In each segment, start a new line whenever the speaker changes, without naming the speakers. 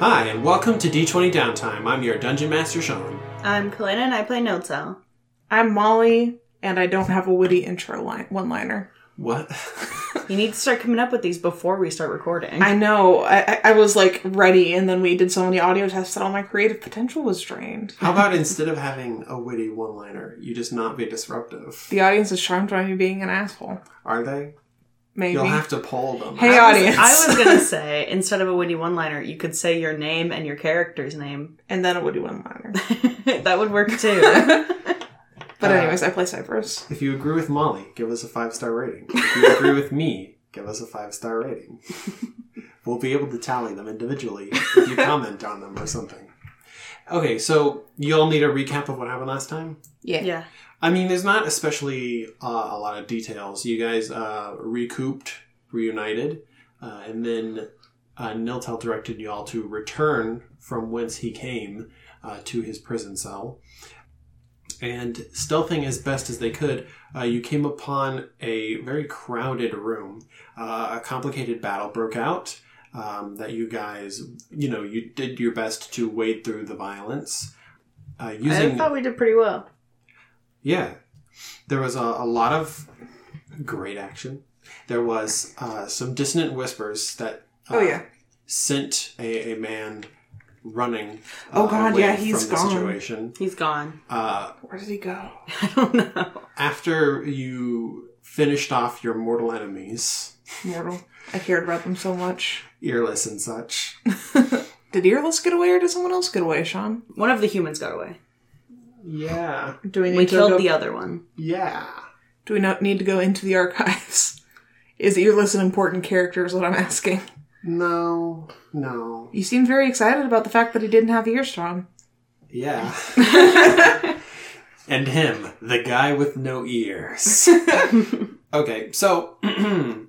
Hi, and welcome to D20 Downtime. I'm your Dungeon Master Sean.
I'm Kalina and I play Notzel.
I'm Molly, and I don't have a witty intro line one liner.
What?
You need to start coming up with these before we start recording.
I know. I, I- I was like ready, and then we did so many audio tests that all my creative potential was drained.
How about instead of having a witty one liner, you just not be disruptive?
The audience is charmed by me being an asshole.
Are they?
Maybe.
You'll have to poll them.
Hey,
I was-
audience.
I was gonna say instead of a witty one-liner, you could say your name and your character's name.
and then a witty one liner.
that would work too.
But
Uh,
anyways, I play Cypress.
If you agree with Molly, give us a five star rating. If you agree with me, give us a five star rating. we'll be able to tally them individually if you comment on them or something. Okay, so you'll need a recap of what happened last time?
yeah.
I mean, there's not especially uh, a lot of details. You guys uh, recouped, reunited, uh, and then uh, Niltel directed you all to return from whence he came uh, to his prison cell. And stealthing as best as they could, uh, you came upon a very crowded room. Uh, a complicated battle broke out um, that you guys, you know, you did your best to wade through the violence. Uh, using
I thought we did pretty well.
yeah. There was a, a lot of great action. There was uh, some dissonant whispers that uh,
Oh, yeah.
sent a, a man running. uh,
Oh, God,
away
yeah, he's
from the
gone.
situation.
He's gone.
Uh,
Where did he go?
I don't know.
after you finished off your mortal enemies,
Mortal. I cared about them so much.
earless and such,
Did Earless get away, or did someone else get away, Sean?
One of the humans got away.
yeah,
Do we need
We
to
killed
go,
the other one.
yeah.
Do we not need to go into the archives? Is Earless an important character? Is what I'm asking.
No, no,
You seem very excited about the fact that he didn't have ears, Sean.
yeah. and him, the guy with no ears. okay, so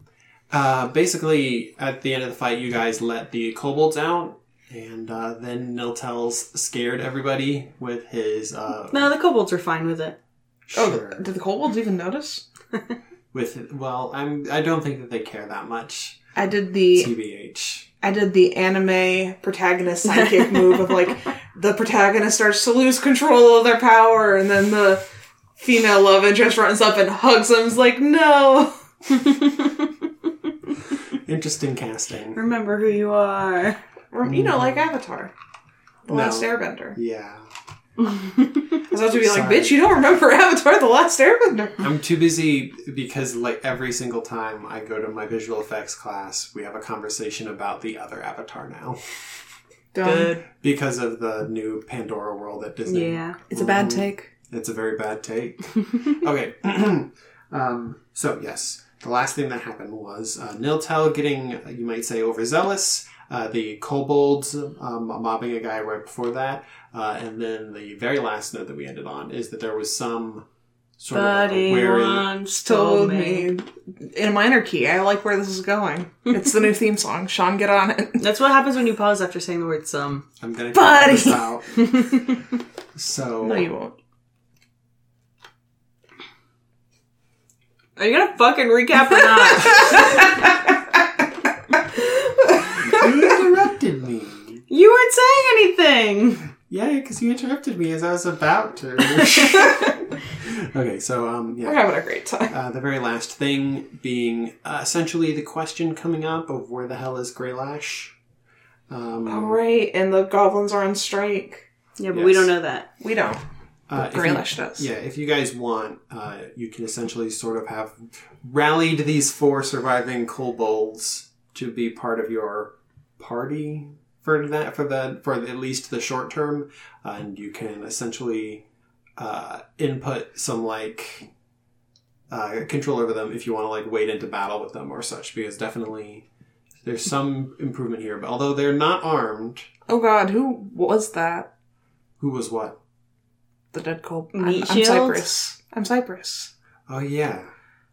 uh, basically, at the end of the fight, you guys let the kobolds out, and uh, then Niltels scared everybody with his uh,
No, the kobolds were fine with it.
sure.
Oh, did the kobolds even notice?
With well, I'm I don't think that they care that much.
I did the
TBH.
I did the anime protagonist psychic move of like the protagonist starts to lose control of their power, and then the female love interest runs up and hugs him. Is like, no.
Interesting casting.
Remember who you are.
Or, you know, like Avatar, The
No.
Last Airbender.
Yeah,
I was about to be like,
Sorry.
bitch, you don't remember Avatar, The Last Airbender.
I'm too busy because like every single time I go to my visual effects class, we have a conversation about the other Avatar now
Dumb.
because of the new Pandora world at Disney. Mm-hmm.
Yeah.
It's a bad take.
It's a very bad take. okay. um, so, yes, the last thing that happened was uh, Niltel getting, you might say, overzealous. Uh, the kobolds um, mobbing a guy right before that. Uh, and then the very last note that we ended on is that there was some sort of
Buddy
like, wary.
once
told me in a minor key. I like where this is going. It's the new theme song. Sean, get on it.
That's what happens when you pause after saying the um, word some.
I'm going to cut
Buddy!
this out. so,
No, you won't.
Are you gonna fucking recap or not?
you interrupted me.
you weren't saying anything.
Yeah, because you interrupted me as I was about to. okay, so, um, yeah.
We're having a great time.
Uh, the very last thing being uh, essentially the question coming up of where the hell is Greylash? Um,
All right, and the goblins are on strike.
Yeah, but we
Yes.
don't know that.
We don't.
uh, if you-
Greylash does.
Yeah, if you guys want, uh, you can essentially sort of have rallied these four surviving kobolds to be part of your party for that for the for at least the short term, and you can essentially uh, input some like uh, control over them if you want to like wade into battle with them or such, because definitely there's some improvement here. But although they're not armed,
Oh God, who was that?
who was what?
The dead cold.
Meat
I'm, I'm
shield?
Cypress. I'm Cypress.
Oh yeah,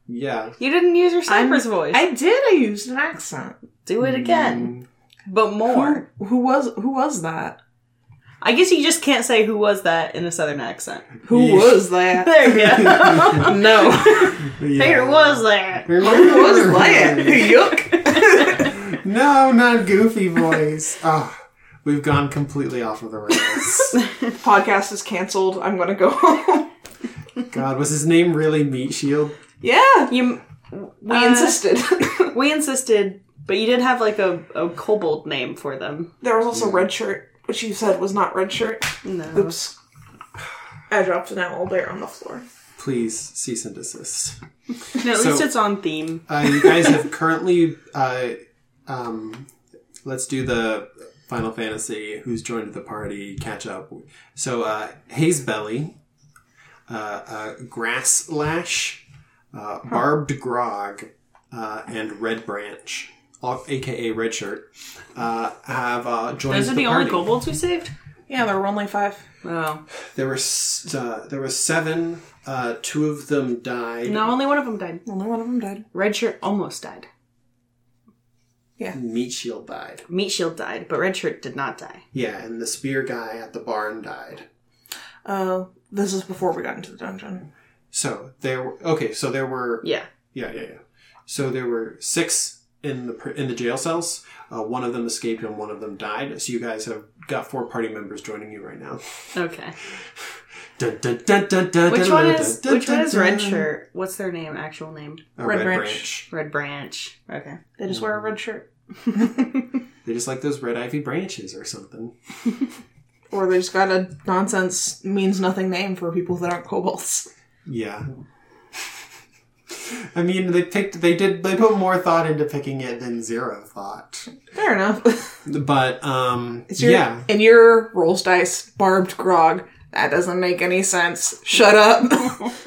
yeah.
You didn't use your Cypress voice.
I did. I used an accent.
Do it again. But more.
Who, who was? Who was that?
I guess you just can't say who was that in a southern accent.
Who
Yeah.
was that?
There you go.
no.
Mm. Yeah.
Here was that.
who was that? Yuck.
No, not goofy voice. Ah, We've gone completely off of the rails.
Podcast is canceled. I'm gonna go home.
God, was his name really Meat Shield?
yeah,
You, we,
we
insist-
insisted.
we insisted, but you did have like a, a kobold name for them.
there was also red shirt, which you said was not red shirt.
No.
Oops. I dropped an owl bear on the floor.
Please cease and desist.
No, at
So-
least it's on theme.
Uh, you guys have currently. Uh, um, let's do the Final Fantasy. Who's joined the party? Catch up. So uh, Haze Belly, uh, uh, Grass Lash, uh, Barbed Grog, uh, and Red Branch, all, aka Red Shirt, uh, have uh, joined
Those are the,
the
only
party.
kobolds we saved?
Yeah, there were only five.
Oh.
There were s- uh, there were seven. Uh, two of them died.
No, only one of them died.
Only one of them died.
Red Shirt almost died.
Meat Shield died.
Meat Shield died, but Red Shirt did not die.
Yeah, and the spear guy at the barn died.
Uh, this is before we got into the dungeon.
So there. were- Okay, so there were.
Yeah.
Yeah, yeah, yeah. So there were six in the pr- in the jail cells. Uh, one of them escaped, and one of them died. So you guys have got four party members joining you right now.
Okay.
Dun, dun, dun, dun, dun,
Which
dun,
one
dun,
is
dun,
which
dun,
one is
dun,
Red
dun.
Shirt? What's their name, actual name?
Uh,
Red
Red,
Branch.
branch.
Red Branch. Okay.
They just wear a red shirt.
They just like those red ivy branches or something.
Or they just got a nonsense means nothing name for people that aren't kobolds.
Yeah. I mean, they picked. They did. They put more thought into picking it than zero thought.
Fair enough.
But um,
It's your,
yeah.
And your rolls dice, barbed grog. That doesn't make any sense. Shut up.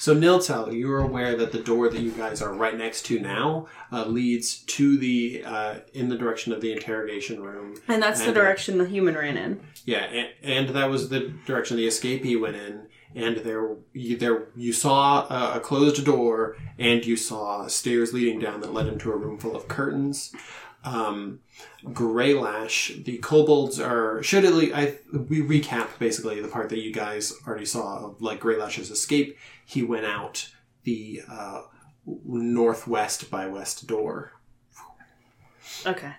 So Niltel, you are aware that the door that you guys are right next to now uh, leads to the uh, in the direction of the interrogation room.
And that's the
And-
direction the human ran in.
Yeah, and, and that was the direction the escapee went in. And there, you, there, you saw a, a closed door, and you saw stairs leading down that led into a room full of curtains. Um, Graylash, the kobolds are should at least I we recap basically the part that you guys already saw of like Graylash's escape. He went out the uh, northwest by west door.
Okay.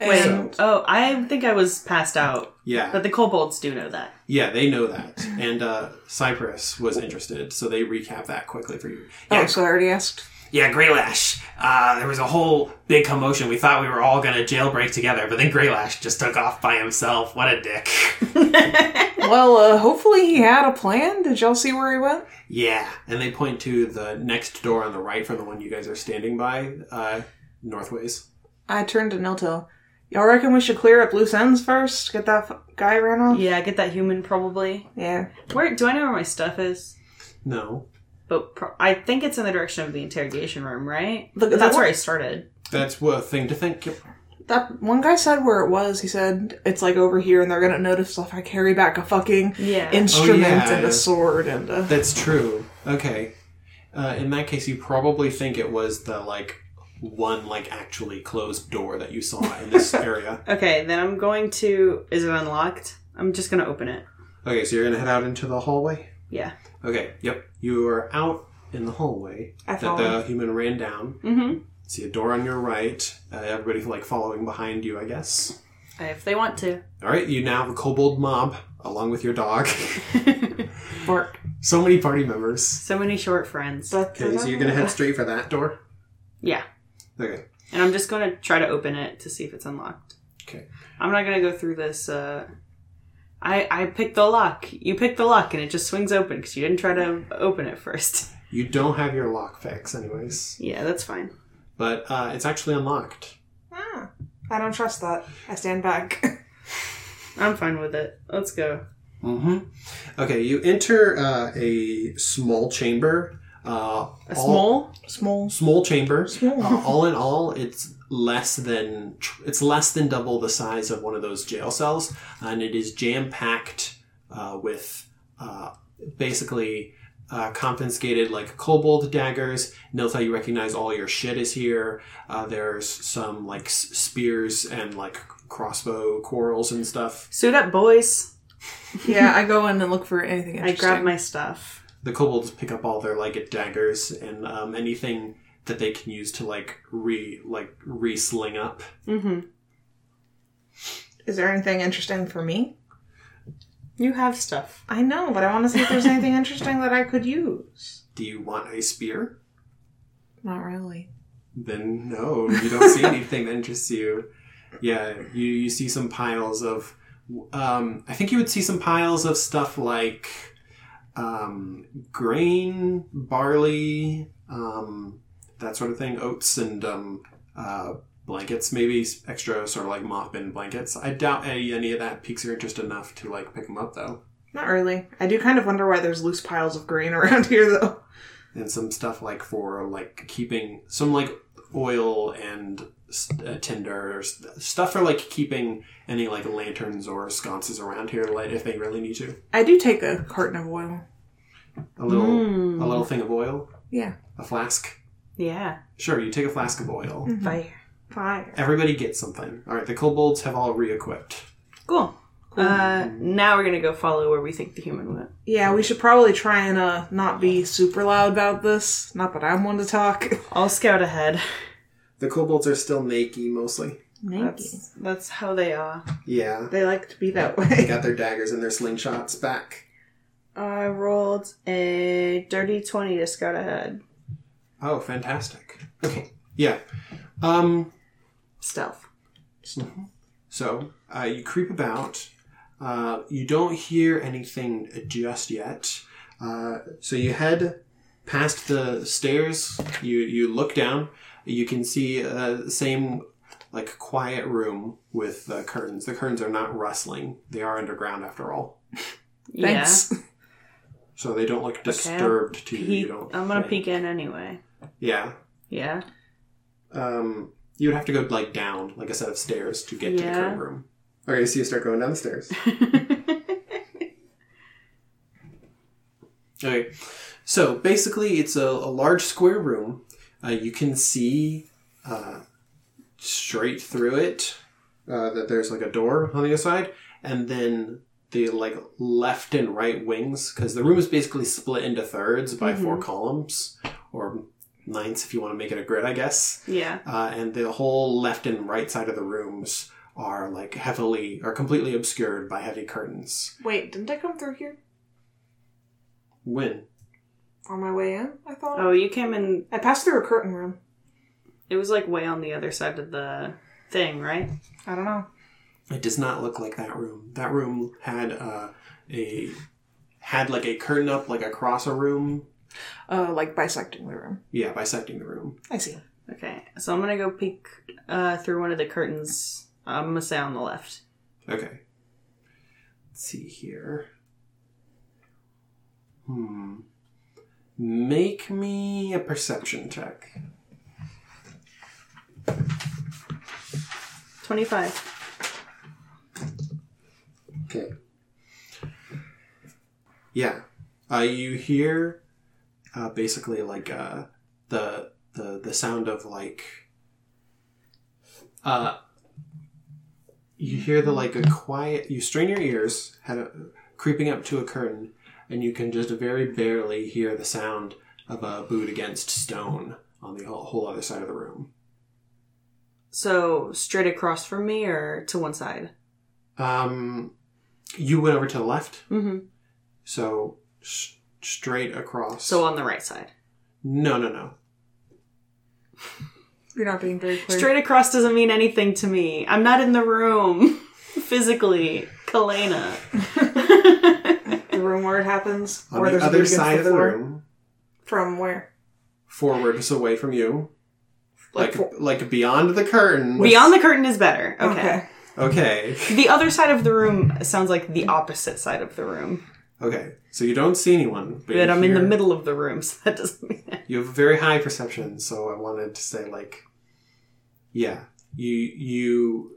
Wait.
and
Oh, I think I was passed out,
Yeah,
but the kobolds do know that.
Yeah, they know that. And uh, Cyprus was interested, so they recap that quickly for you.
oh,
Yeah,
so I already asked.
Yeah, Greylash. Uh, there was a whole big commotion. We thought we were all gonna jailbreak together, but then Greylash just took off by himself. What a dick.
Well, uh, hopefully he had a plan. Did y'all see where he went?
yeah. And they point to the next door on the right from the one you guys are standing by, uh, Northways.
I turned to Nilto. Y'all reckon we should clear up loose ends first? Get that f- guy ran off?
Yeah, I get that human probably.
Yeah.
Where do I know where my stuff is?
No.
But pro- I think it's in the direction of the interrogation room, right?
The- the
that's
one-
where I started.
That's what a thing to think. Yep.
That one guy said where it was. He said, it's like over here and they're gonna notice if I carry back a fucking
Yeah.
instrument
Oh, yeah.
and a sword and a.
That's true. Okay. Uh, in that case, you probably think it was the, like, one, like, actually closed door that you saw in this area.
okay, then I'm going to. Is it unlocked? I'm just gonna open it.
Okay, so you're going to head out into the hallway?
Yeah.
Okay, yep. You are out in the hallway
I
that
follow.
the human ran down.
Mm-hmm.
See a door on your right. Uh, everybody like following behind you, I guess.
If they want to.
All right, you now have a kobold mob along with your dog.
Bark.
so many party members.
so many short friends.
Okay, so you're gonna head straight for that door.
Yeah.
Okay.
And I'm just going to try to open it to see if it's unlocked.
Okay.
I'm not going to go through this. Uh, I I picked the lock. You picked the lock, and it just swings open because you didn't try to open it first.
You don't have your lock fix, anyways,
Yeah, that's fine.
but uh, it's actually unlocked.
Ah, I don't trust that. I stand back.
I'm fine with it. Let's go.
Mm-hmm. Okay, you enter uh, a small chamber. Uh,
A
all-
small.
Small.
small chamber.
Small.
Uh, all in all, it's less than it's less than double the size of one of those jail cells, and it is jam packed uh, with uh, basically uh, confiscated like kobold daggers. Nilta, you recognize all your shit is here. Uh, there's some like s- spears and like crossbow quarrels and stuff.
Suit up, boys.
yeah, I go in and look for anything
I
interesting.
grab my stuff.
The kobolds pick up all their like daggers and um, anything that they can use to like re like re sling up.
Mm-hmm.
Is there anything interesting for me?
You have stuff.
I know, but I want to see if there's anything interesting that I could use.
Do you want a spear?
Not really.
Then no, you don't see anything that interests you. Yeah, you, you see some piles of. Um, I think you would see some piles of stuff like um, grain, barley, um, that sort of thing, oats, and um, uh, blankets, maybe s- extra sort of like mop and blankets. I doubt any, any of that piques your interest enough to like pick them up though.
Not really. I do kind of wonder why there's loose piles of grain around here, though.
and some stuff like for like keeping some like oil and s- uh, tinder or s- stuff for like keeping any like lanterns or sconces around here to light if they really need to.
I do take a carton of oil.
A little
Mm.
a little thing of oil,
Yeah.
a flask.
Yeah.
Sure, you take a flask of oil.
Mm.
Fire.
Mm-hmm. Fire.
Everybody gets something. All right, the kobolds have all re-equipped.
Cool. Uh, now we're gonna go follow where we think the human went.
Yeah, we should probably try and uh, not be super loud about this. Not that I'm one to talk.
I'll scout ahead.
The kobolds are still naked mostly.
That's that's how they are.
Yeah,
They like to be that
they
way.
got their daggers and their slingshots back.
I rolled a dirty twenty to scout ahead.
Oh, fantastic. Okay. Yeah. Um
Stealth.
So uh, you creep about. Uh, you don't hear anything just yet. Uh, so you head past the stairs. You you look down. You can see uh, the same like quiet room with uh, curtains. The curtains are not rustling. They are underground after all,
Thanks.
so they don't look disturbed to
Yeah.
you.
Peek-
you don't
I'm gonna
think.
peek in anyway.
Yeah.
Yeah.
Um, you would have to go like down like a set of stairs to get to the
Yeah.
current room. Okay, so you start going down the stairs. Okay. So basically, it's a, a large square room. Uh, you can see uh, straight through it uh, that there's like a door on the other side, and then the like left and right wings because the room is basically split into thirds by four columns or ninths if you want to make it a grid, I guess.
yeah.
Uh, and the whole left and right side of the rooms are like heavily are completely obscured by heavy curtains.
Wait, didn't I come through here
When
on my way in? I thought.
Oh, you came in.
I passed through a curtain room.
It was like way on the other side of the thing, right?
I don't know.
It does not look like that room. That room had uh, a had like a curtain up like across a room.
Uh, like bisecting the room.
Yeah, bisecting the room.
I see.
Okay. So I'm gonna go peek uh, through one of the curtains. I'm gonna say on the left.
Okay. Let's see here. Hmm. Make me a perception check.
Twenty-five.
Okay. Yeah. Uh, you hear uh, basically like uh, the the the sound of like uh you hear the like a quiet you strain your ears had a, creeping up to a curtain and you can just very barely hear the sound of a boot against stone on the whole, whole other side of the room
So straight across from me, or to one side?
um you went over to the left
Mm-hmm.
so s straight across
So on the right side.
no no no
You're not being very clear.
Straight across doesn't mean anything to me. I'm not in the room physically. Kalena.
the room where it happens,
on
or
the
there's a
other
boot against
side of the
floor.
room,
From where?
forwards away from you, like
for-
like beyond the curtain.
Beyond the curtain is better. Okay.
Okay,
The other side of the room sounds like the opposite side of the room.
okay. So you don't see anyone, but,
But
you
I'm in the
hear-
middle of the room, so that doesn't mean anything.
You have a very high perception, so I wanted to say like, yeah, you you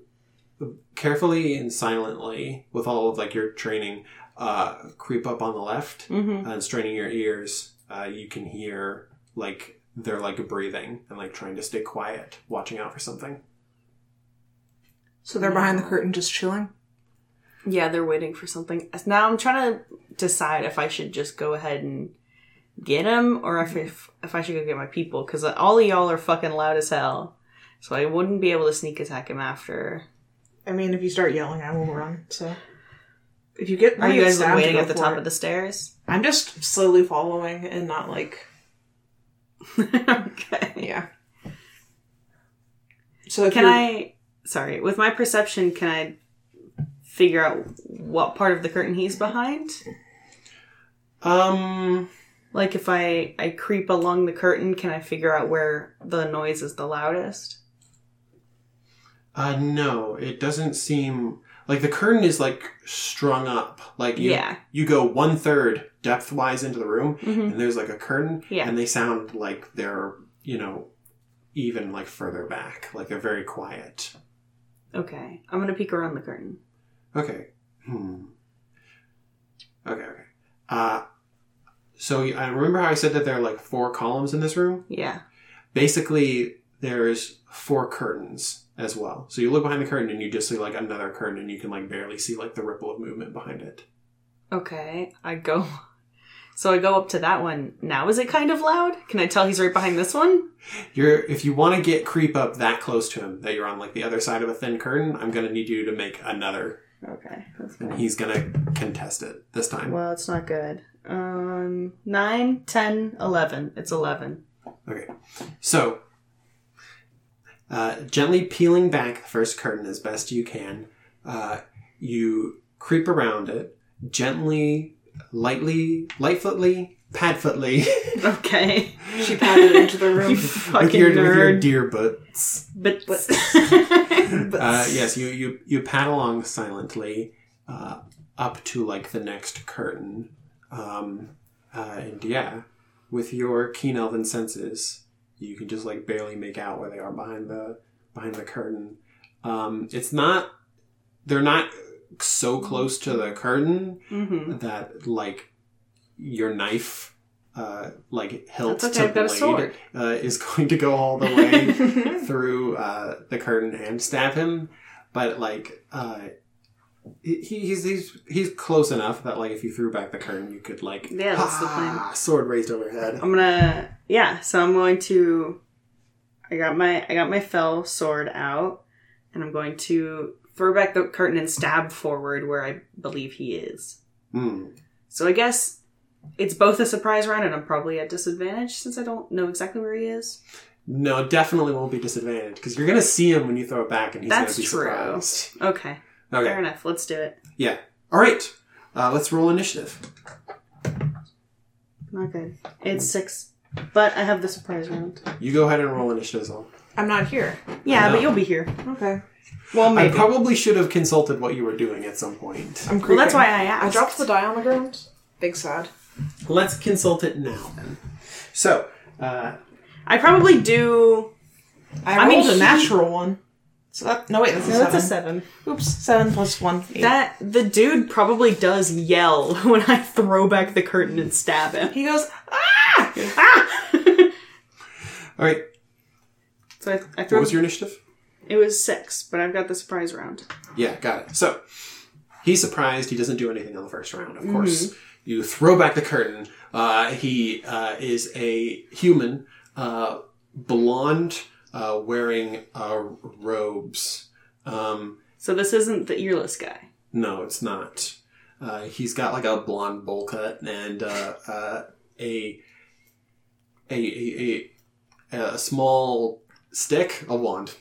carefully and silently with all of like your training, uh, creep up on the left
Mm-hmm.
and straining your ears. Uh, you can hear like they're like breathing and like trying to stay quiet, watching out for something.
So they're behind
Oh.
the curtain, just chilling.
Yeah, they're waiting for something. Now I'm trying to decide if I should just go ahead and get him, or if if, if I should go get my people, because all of y'all are fucking loud as hell. So I wouldn't be able to sneak attack him after.
I mean, if you start yelling, I will run. So if you get,
Are
I
you
get
guys
stabbed,
waiting
go
at the
for
top
it.
of the stairs?
I'm just slowly following and not like
okay.
yeah. So if
Can
you're-
I? Sorry, with my perception, can I figure out what part of the curtain he's behind?
Um,
Like if I I creep along the curtain, can I figure out where the noise is the loudest?
uh, no, it doesn't seem like the curtain is like strung up. Like you,
Yeah.
you go one third depth wise into the room,
Mhm.
and there's like a curtain,
Yeah.
and they sound like they're you know even like further back, like they're very quiet.
Okay, I'm gonna peek around the curtain.
Okay. Hmm. Okay. Okay. Uh, so I remember how I said that there are like four columns in this room.
Yeah.
Basically, there's four curtains as well. So you look behind the curtain and you just see like another curtain, and you can like barely see like the ripple of movement behind it.
Okay, I go. So I go up to that one. Now is it kind of loud? Can I tell he's right behind this one?
You're if you want to get creep up that close to him that you're on like the other side of a thin curtain, I'm gonna need you to make another,
Okay, that's
and
fine.
he's gonna contest it this time.
Well, it's not good. Um, 9, 10, 11. It's 11.
Okay. So, uh, gently peeling back the first curtain as best you can, uh, you creep around it, gently, lightly, lightfootly, padfootly,
Okay.
she padded into the room.
you
with,
fucking
your, with your
nerd.
deer butts.
But,
Uh, yes, you, you, you pad along silently uh, up to like the next curtain. Um, uh, and yeah, with your keen elven senses, you can just like barely make out where they are behind the behind the curtain. Um, it's not they're not so close to the curtain
hmm
that like your knife uh, like hilt
That's
to
okay, I've got a
blade,
sword.
Uh, is going to go all the way through uh, the curtain and stab him, but like uh, he, he's he's he's close enough that like if you threw back the curtain, you could like
Yeah, that's the
"Ah," sword raised overhead.
I'm gonna, yeah, so I'm going to, I got my, I got my fell sword out, and I'm going to throw back the curtain and stab forward where I believe he is.
Hmm.
So I guess it's both a surprise round, and I'm probably at disadvantage since I don't know exactly where he is.
No, definitely won't be disadvantaged because you're gonna see him when you throw it back, and he's
That's
gonna be
true.
surprised.
Okay, fair
Okay,
enough. Let's do it.
yeah, all right. Uh, let's roll initiative.
Not good. It's six, but I have the surprise round.
You go ahead and roll initiative. Zol.
I'm not here.
Yeah,
No.
but you'll be here.
Okay.
Well,
I
maybe.
probably should have consulted what you were doing at some point.
I'm
well,
creeping.
that's why I asked.
I dropped the die on the ground. Big sad.
Let's consult it now. Then. So, uh,
I probably do.
I,
I mean,
rolled a
he-
natural one. So that, no wait, that's a
No, that's a
seven.
seven.
Oops, seven plus one. Eight.
That the dude probably does yell when I throw back the curtain and stab him.
he goes ah.
all right.
So I, I
What
throw.
was your initiative?
It was six, but I've got the surprise round.
Yeah, got it. So he's surprised. He doesn't do anything on the first round. Of course, you throw back the curtain. Uh, he uh, is a human, uh, blonde, uh, wearing uh, robes. Um,
So this isn't the earless guy.
No, it's not. Uh, he's got like a blonde bowl cut and uh, uh, a, a a a a small stick, a wand.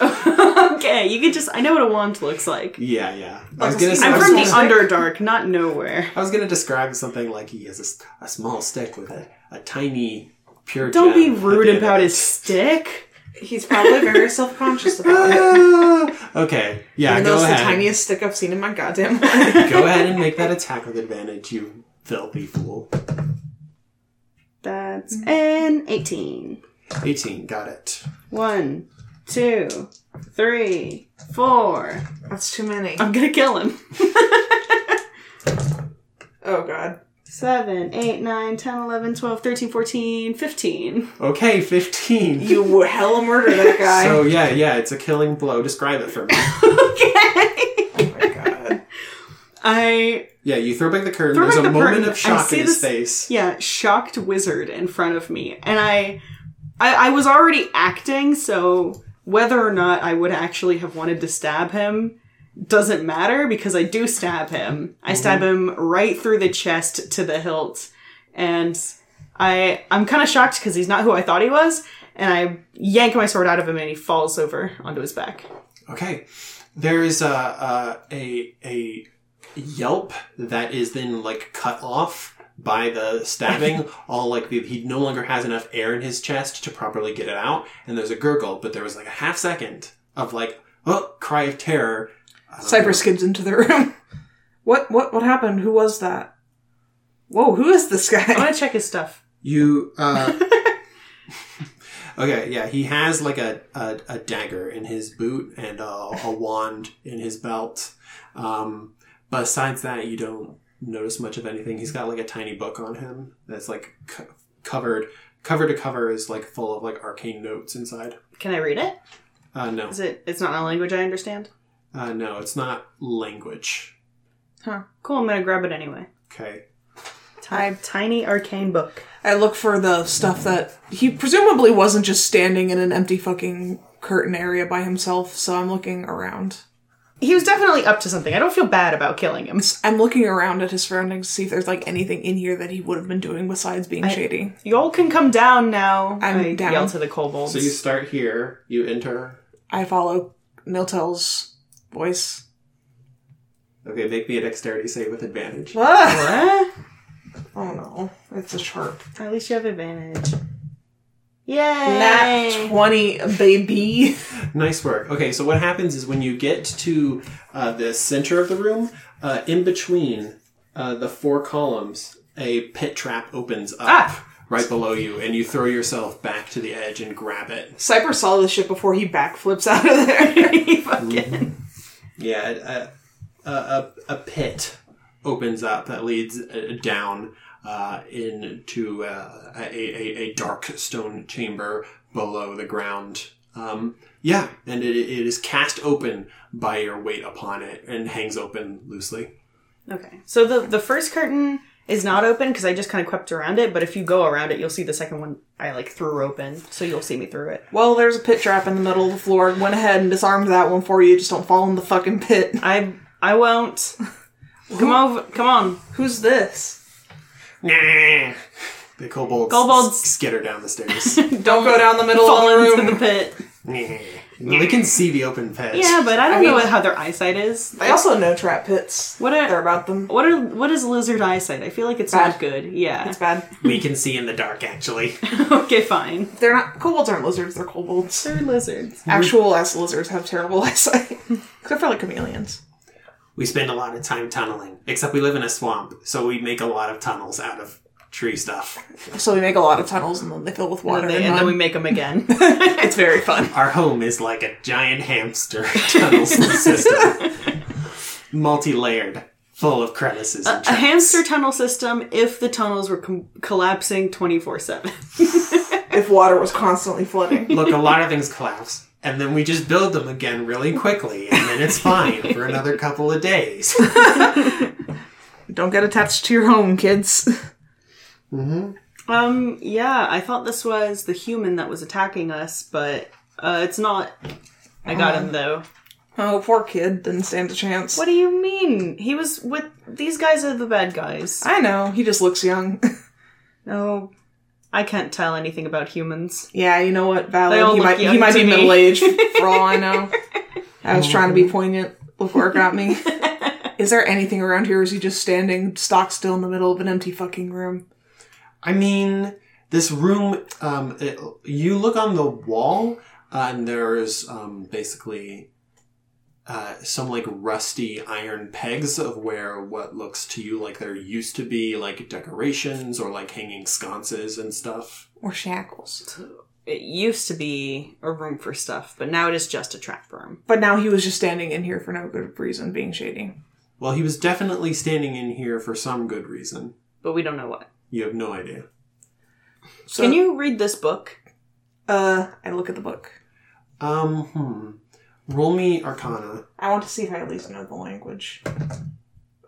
okay, you could just. I know what a wand looks like.
Yeah, yeah. I was
Like a
gonna. say-
I'm
I was
from the
gonna-
stick?
Underdark, not nowhere.
I was gonna describe something like he has a s- a, small stick with a, a tiny pure.
Don't be
gem at the
rude
end of
about
it.
his stick.
He's probably very self conscious about it.
Ah, okay. Yeah.
Even though
Go
it's the
ahead.
tiniest stick I've seen in my goddamn life.
Go ahead and make that attack with advantage, you filthy fool.
That's an 18.
Eighteen. Got it.
One, two, three, four.
That's too many.
I'm gonna kill him.
Oh god.
Seven, eight, nine, ten, eleven, twelve, thirteen, fourteen, fifteen.
Okay. Fifteen.
You w- hella murder that guy.
So yeah, yeah, it's a killing blow. Describe it for me.
Okay.
oh my god.
I,
Yeah, you throw back the curtain.
Throw
There's a
back the
moment
curtain.
of shock
I see
in his
this-
face.
yeah, shocked wizard in front of me. And I, I, I was already acting, so whether or not I would actually have wanted to stab him doesn't matter because I do stab him. I stab him right through the chest to the hilt, and I I'm kind of shocked because he's not who I thought he was, and I yank my sword out of him and he falls over onto his back.
Okay. There is a, a a a yelp that is then like cut off by the stabbing. All like the, he no longer has enough air in his chest to properly get it out, and there's a gurgle. But there was like a half second of like oh cry of terror. I don't know.
Cyber skids into the room. What what what happened? Who was that? Whoa, who is this
I
guy?
want to check his stuff.
You uh Okay, yeah, he has like a, a, a dagger in his boot and a, a wand in his belt. Um, besides that, you don't notice much of anything. He's got like a tiny book on him that's like co- covered cover to cover is like full of like arcane notes inside.
Can I read it?
Uh, no,
Is it? It's not in a language I understand.
uh, no, it's not language.
Huh. Cool. I'm gonna grab it anyway.
Okay,
Ti- tiny arcane book.
I look for the stuff that he presumably wasn't just standing in an empty fucking curtain area by himself, so I'm looking around.
He was definitely up to something. I don't feel bad about killing him.
I'm looking around at his surroundings to see if there's like anything in here that he would have been doing besides being shady.
Y'all can come down now.
I'm
I
down.
Yell to the kobolds.
so you start here. You enter.
I follow Niltel's voice.
Okay, make me a dexterity save with advantage.
Ah!
what?
Oh no, it's a sharp.
At least you have advantage. Yay!
Nat 20, baby.
Nice work. Okay, so what happens is when you get to uh, the center of the room, uh, in between uh, the four columns, a pit trap opens up
Ah!
right below you, and you throw yourself back to the edge and grab it.
Cypher saw this shit before he backflips out of there.
Fucking-
Yeah, a, a, a, a pit opens up that leads uh, down uh, into uh, a, a, a dark stone chamber below the ground. Um, yeah, and it, it is cast open by your weight upon it and hangs open loosely.
Okay. So the the first curtain is not open because I just kind of crept around it. But if you go around it, you'll see the second one I like threw open. So you'll see me through it.
well, there's a pit trap in the middle of the floor. Went ahead and disarmed that one for you. Just don't fall in the fucking pit.
I I won't. come over. Come on.
Who's this?
Nah. The kobolds,
Kobolds.
s- skitter down the stairs.
Don't go down the middle of the
Fall
room.
into the pit.
Nah. they can see the open pit.
Yeah, but I don't
mean-
know how their eyesight is.
I also know trap pits.
What are-
They're about them.
What are what is lizard eyesight? I feel like it's not
Bad.
good. Yeah.
It's bad.
We can see in the dark, actually.
okay, fine.
They're not kobolds aren't lizards, they're kobolds.
They're lizards.
Actual ass lizards have terrible eyesight. Except for like chameleons.
We spend a lot of time tunneling, except we live in a swamp, so we make a lot of tunnels out of tree stuff.
So we make a lot of tunnels and then they fill with water.
And, they,
and
and then we
mud.
make them again. it's very fun.
Our home is like a giant hamster tunnel system, multi layered, full of crevices and
A
traps.
hamster tunnel system if the tunnels were com- collapsing 24 7.
if water was constantly flooding.
Look, a lot of things collapse, and then we just build them again really quickly, and then it's fine for another couple of days.
Don't get attached to your home, kids.
Um, yeah, I thought this was the human that was attacking us, but uh, it's not. I got him though.
Oh, poor kid, didn't stand a chance.
What do you mean? He was with. These guys are the bad guys.
I know, he just looks young.
No. I can't tell anything about humans.
yeah, you know what, Valid.
They all
he
look
might
young
he might
to
be
me.
middle aged for all I know. I was trying to be poignant before it got me. Is there anything around here? Or is he just standing stock still in the middle of an empty fucking room?
I mean, this room, um, it, you look on the wall, uh, and there's um, basically uh, some like rusty iron pegs of where what looks to you like there used to be like decorations or like hanging sconces and stuff.
Or shackles.
It used to be a room for stuff, but now it is just a trap room.
But now he was just standing in here for no good reason, being shady.
Well, he was definitely standing in here for some good reason.
But we don't know what.
You have no idea.
So,
Can you read this book?
Uh, I look at the book.
Um, hmm. Roll me Arcana.
I want to see if I at least know the language.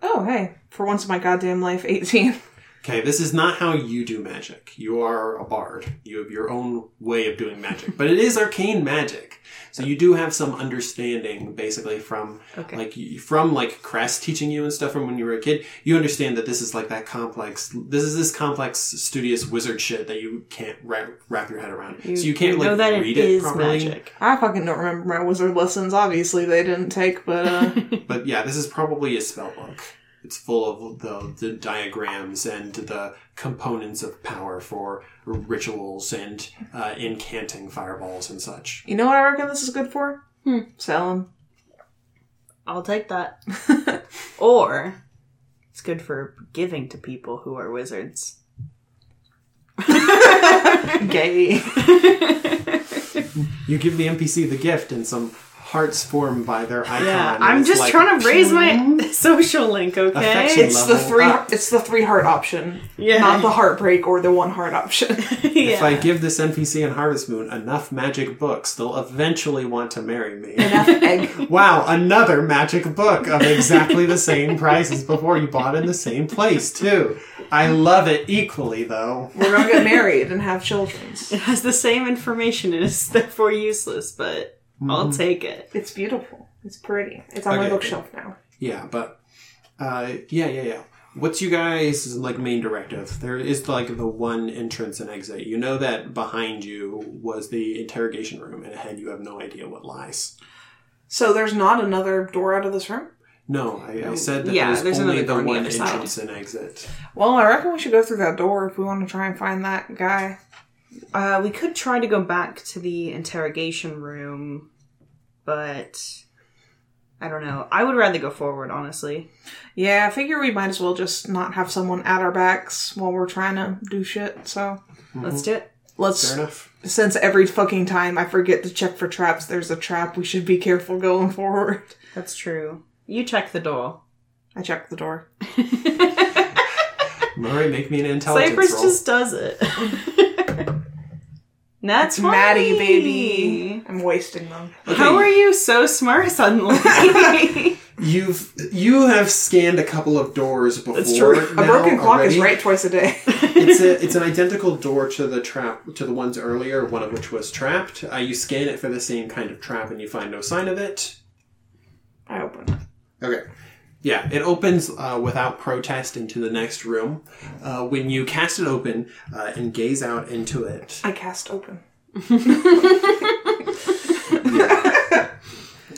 Oh, hey. For once in my goddamn life, 18.
Okay, this is not how you do magic. You are a bard. You have your own way of doing magic, but it is arcane magic. So you do have some understanding, basically, from
Okay.
like you- from like Crest teaching you and stuff from when you were a kid. You understand that this is like that complex. This is this complex, studious wizard shit that you can't wrap, wrap your head around. so you can't like
know that
read
it
it
is
properly.
magic.
I fucking don't remember my wizard lessons. Obviously, they didn't take, but uh,
But yeah, this is probably a spell book. It's full of the, the diagrams and the components of power for rituals and uh, incanting fireballs and such.
you know what I reckon this is good for? Hmm. Selling.
I'll take that. or it's good for giving to people who are wizards.
Gay.
You give the NPC the gift, and some hearts form by their icon.
Yeah,
and
I'm
it's
just
like-
trying to raise my social link, okay?
Affection.
It's the
Level
three.
up.
It's the three heart option,
Yeah.
not the heartbreak or the one heart option.
If I give this NPC in Harvest Moon enough magic books, they'll eventually want to marry me.
egg.
wow, another magic book of exactly the same price as before. You bought in the same place, too. I love it equally, though.
We're gonna get married and have children.
It has the same information and is therefore useless, but I'll
Mm-hmm.
take it.
It's beautiful. It's pretty. It's on my
Okay.
bookshelf now.
Yeah, but uh, yeah, yeah, yeah. What's you guys like main directive? There is like the one entrance and exit. You know that behind you was the interrogation room, and ahead you have no idea what lies.
So there's not another door out of this room.
No, I, I said that
Yeah,
there's,
there's
only the
another door on the
one
other side.
entrance and exit.
Well, I reckon we should go through that door if we want to try and find that guy.
Uh, we could try to go back to the interrogation room, but I don't know. I would rather go forward, honestly.
Yeah, I figure we might as well just not have someone at our backs while we're trying to do shit. So
Let's
Mm-hmm.
do it.
let's.
Fair enough.
Since every fucking time I forget to check for traps, there's a trap. We should be careful going forward.
That's true. You check the door.
I checked the door.
Murray, make me an intelligence
Cypress
roll.
just does it. That's
Maddie,
funny.
baby. I'm wasting them.
How are you so smart suddenly?
You've you have scanned a couple of doors before.
A
now
broken clock is
already.
right twice a day.
it's a, it's an identical door to the trap to the ones earlier, one of which was trapped. Uh, you scan it for the same kind of trap, and you find no sign of it.
I open it.
Okay. Yeah, it opens uh, without protest into the next room. Uh, when you cast it open uh, and gaze out into it,
I cast open.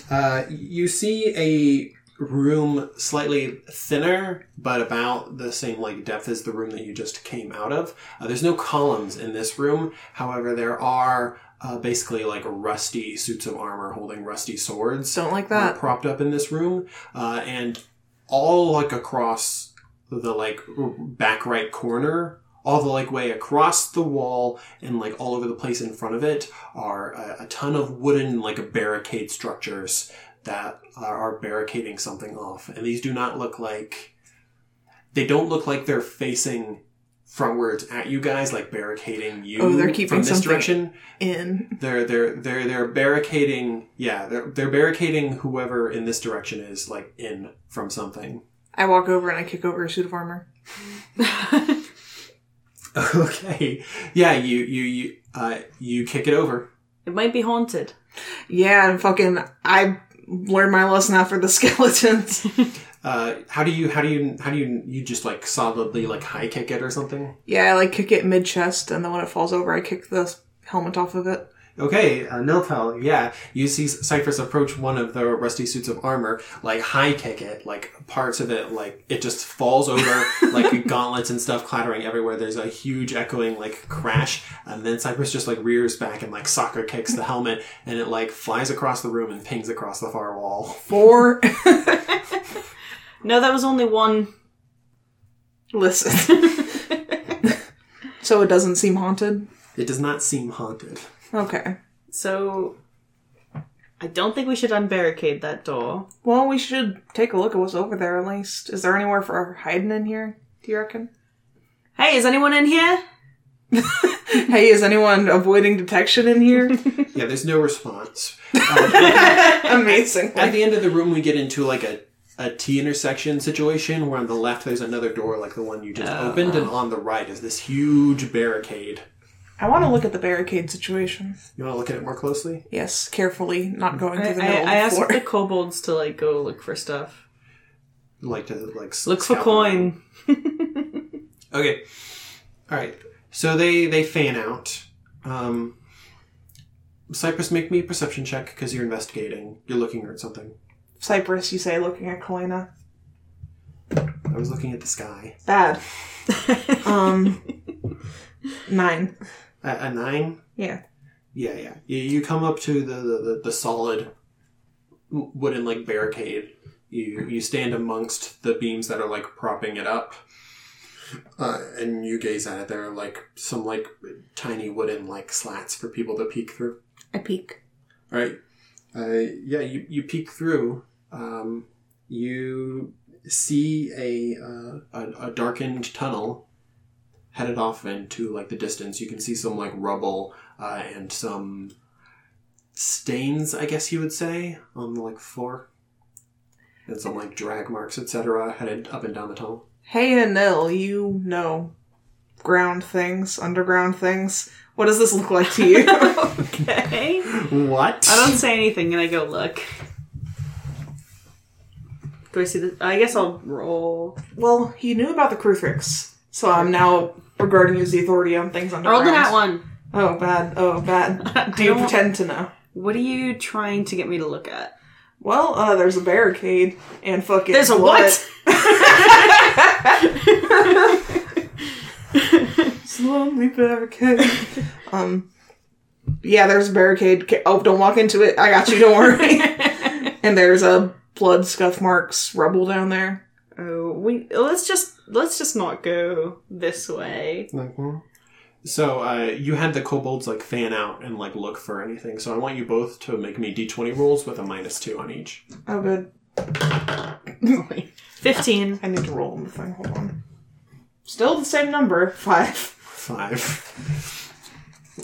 uh, you see a room slightly thinner, but about the same like depth as the room that you just came out of. Uh, there's no columns in this room, however, there are uh, basically like rusty suits of armor holding rusty swords.
Don't like
uh,
that.
propped up in this room, uh, and all like across the like back right corner, all the like way across the wall, and like all over the place in front of it are a, a ton of wooden like barricade structures that are, are barricading something off, and these do not look like they don't look like they're facing frontwards at you guys, like barricading you.
Oh, they're keeping
from this
something-
direction
In.
they're they're they're they're barricading yeah they're they're barricading whoever in this direction is like in from something
I walk over and I kick over a suit of armor.
okay yeah you you you uh you kick it over
it might be haunted.
Yeah, and fucking I learned my lesson after the skeletons.
uh how do you how do you how do you you just like solidly like high kick it or something
yeah, I like kick it mid chest, and then when it falls over, I kick the helmet off of it.
Okay, uh, Niltel, yeah. You see Cypress approach one of the rusty suits of armor, like high kick it, like parts of it, like it just falls over, like gauntlets and stuff clattering everywhere. There's a huge echoing, like crash, and then Cypress just like rears back and like soccer kicks the helmet, and it like flies across the room and pings across the far wall.
Four.
No, that was only one.
Listen. so it doesn't seem haunted?
It does not seem haunted.
Okay.
So I don't think we should unbarricade that door.
Well, we should take a look at what's over there at least. Is there anywhere for hiding in here, do you reckon?
Hey, is anyone in here?
hey, is anyone avoiding detection in here?
Yeah, there's no response.
Amazing.
At the end of the room, we get into like a a T intersection situation where on the left there's another door like the one you just
Uh-huh.
opened, and on the right is this huge barricade.
I want to look at the barricade situation.
You want to look at it more closely?
Yes, carefully, not going
I,
through the
I,
middle
I
of
asked
the floor.
the kobolds to like go look for stuff.
Like to like s-
Look for
scout around.
coin.
Okay. All right. So they they fan out. Um, Cypress, make me a perception check because you're investigating. You're looking at something.
Cyprus, you say, looking at Kalina.
I was looking at the sky.
Bad. um, nine.
A, a nine.
Yeah.
Yeah, yeah. You, you come up to the, the, the, the solid wooden like barricade. You you stand amongst the beams that are like propping it up, uh, and you gaze at it. There are like some like tiny wooden like slats for people to peek through.
I peek.
All right. Uh, yeah, you, you peek through. Um, you see a, uh, a a darkened tunnel headed off into like the distance. You can see some like rubble uh, and some stains, I guess you would say, on the like floor, and some like drag marks, etc., headed up and down the tunnel.
Hey, Anil, you know ground things, underground things. What does this look like to you?
okay.
What?
I don't say anything and I go look. Do I see the? I guess I'll roll.
well, he knew about the Cruthrix, so I'm now regarding you as the authority on things
I rolled
underground.
an at one.
Oh, bad. Oh, bad. Do
I
you
don't-
pretend to know?
What are you trying to get me to look at?
Well, uh, there's a barricade and fucking.
There's a
blood.
what?
It's a lonely barricade. um, yeah, there's a barricade. Ca- Oh, don't walk into it. I got you. Don't worry. and there's a blood scuff marks rubble down there.
Oh, we let's just let's just not go this way.
Like, hmm. well. So uh, you had the kobolds like fan out and like look for anything. So I want you both to make me d20 rolls with a minus two on each.
Oh, good.
Fifteen.
I need to roll on the thing. Hold on. Still the same number. Five.
Five.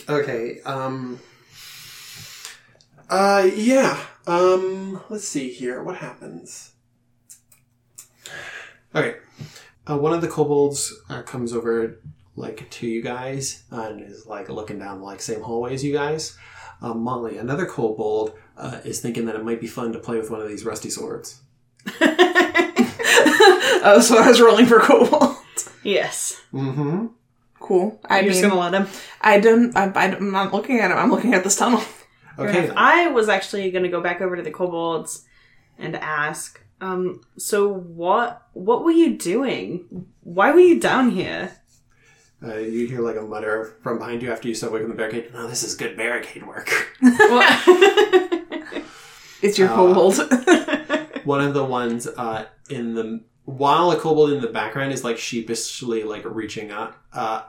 Okay. Um. Uh. Yeah. Um. Let's see here. What happens? Okay. Uh, one of the kobolds uh, comes over, like to you guys, uh, and is like looking down the like same hallway as you guys. Uh, Molly, another kobold, uh, is thinking that it might be fun to play with one of these rusty swords.
Oh, so I was rolling for cobalt.
yes.
Mm-hmm.
Cool. I
I'm
mean,
just gonna let him.
I don't. I, I, am not looking at him. I'm looking at this tunnel.
Okay. then.
I was actually gonna go back over to the kobolds and ask. Um. So what? What were you doing? Why were you down here?
Uh, you hear like a mutter from behind you after you step away from the barricade. No, this is good barricade work.
It's your
Uh,
Oh.
kobold.
one of the ones uh, in the while a kobold in the background is like sheepishly like reaching up uh,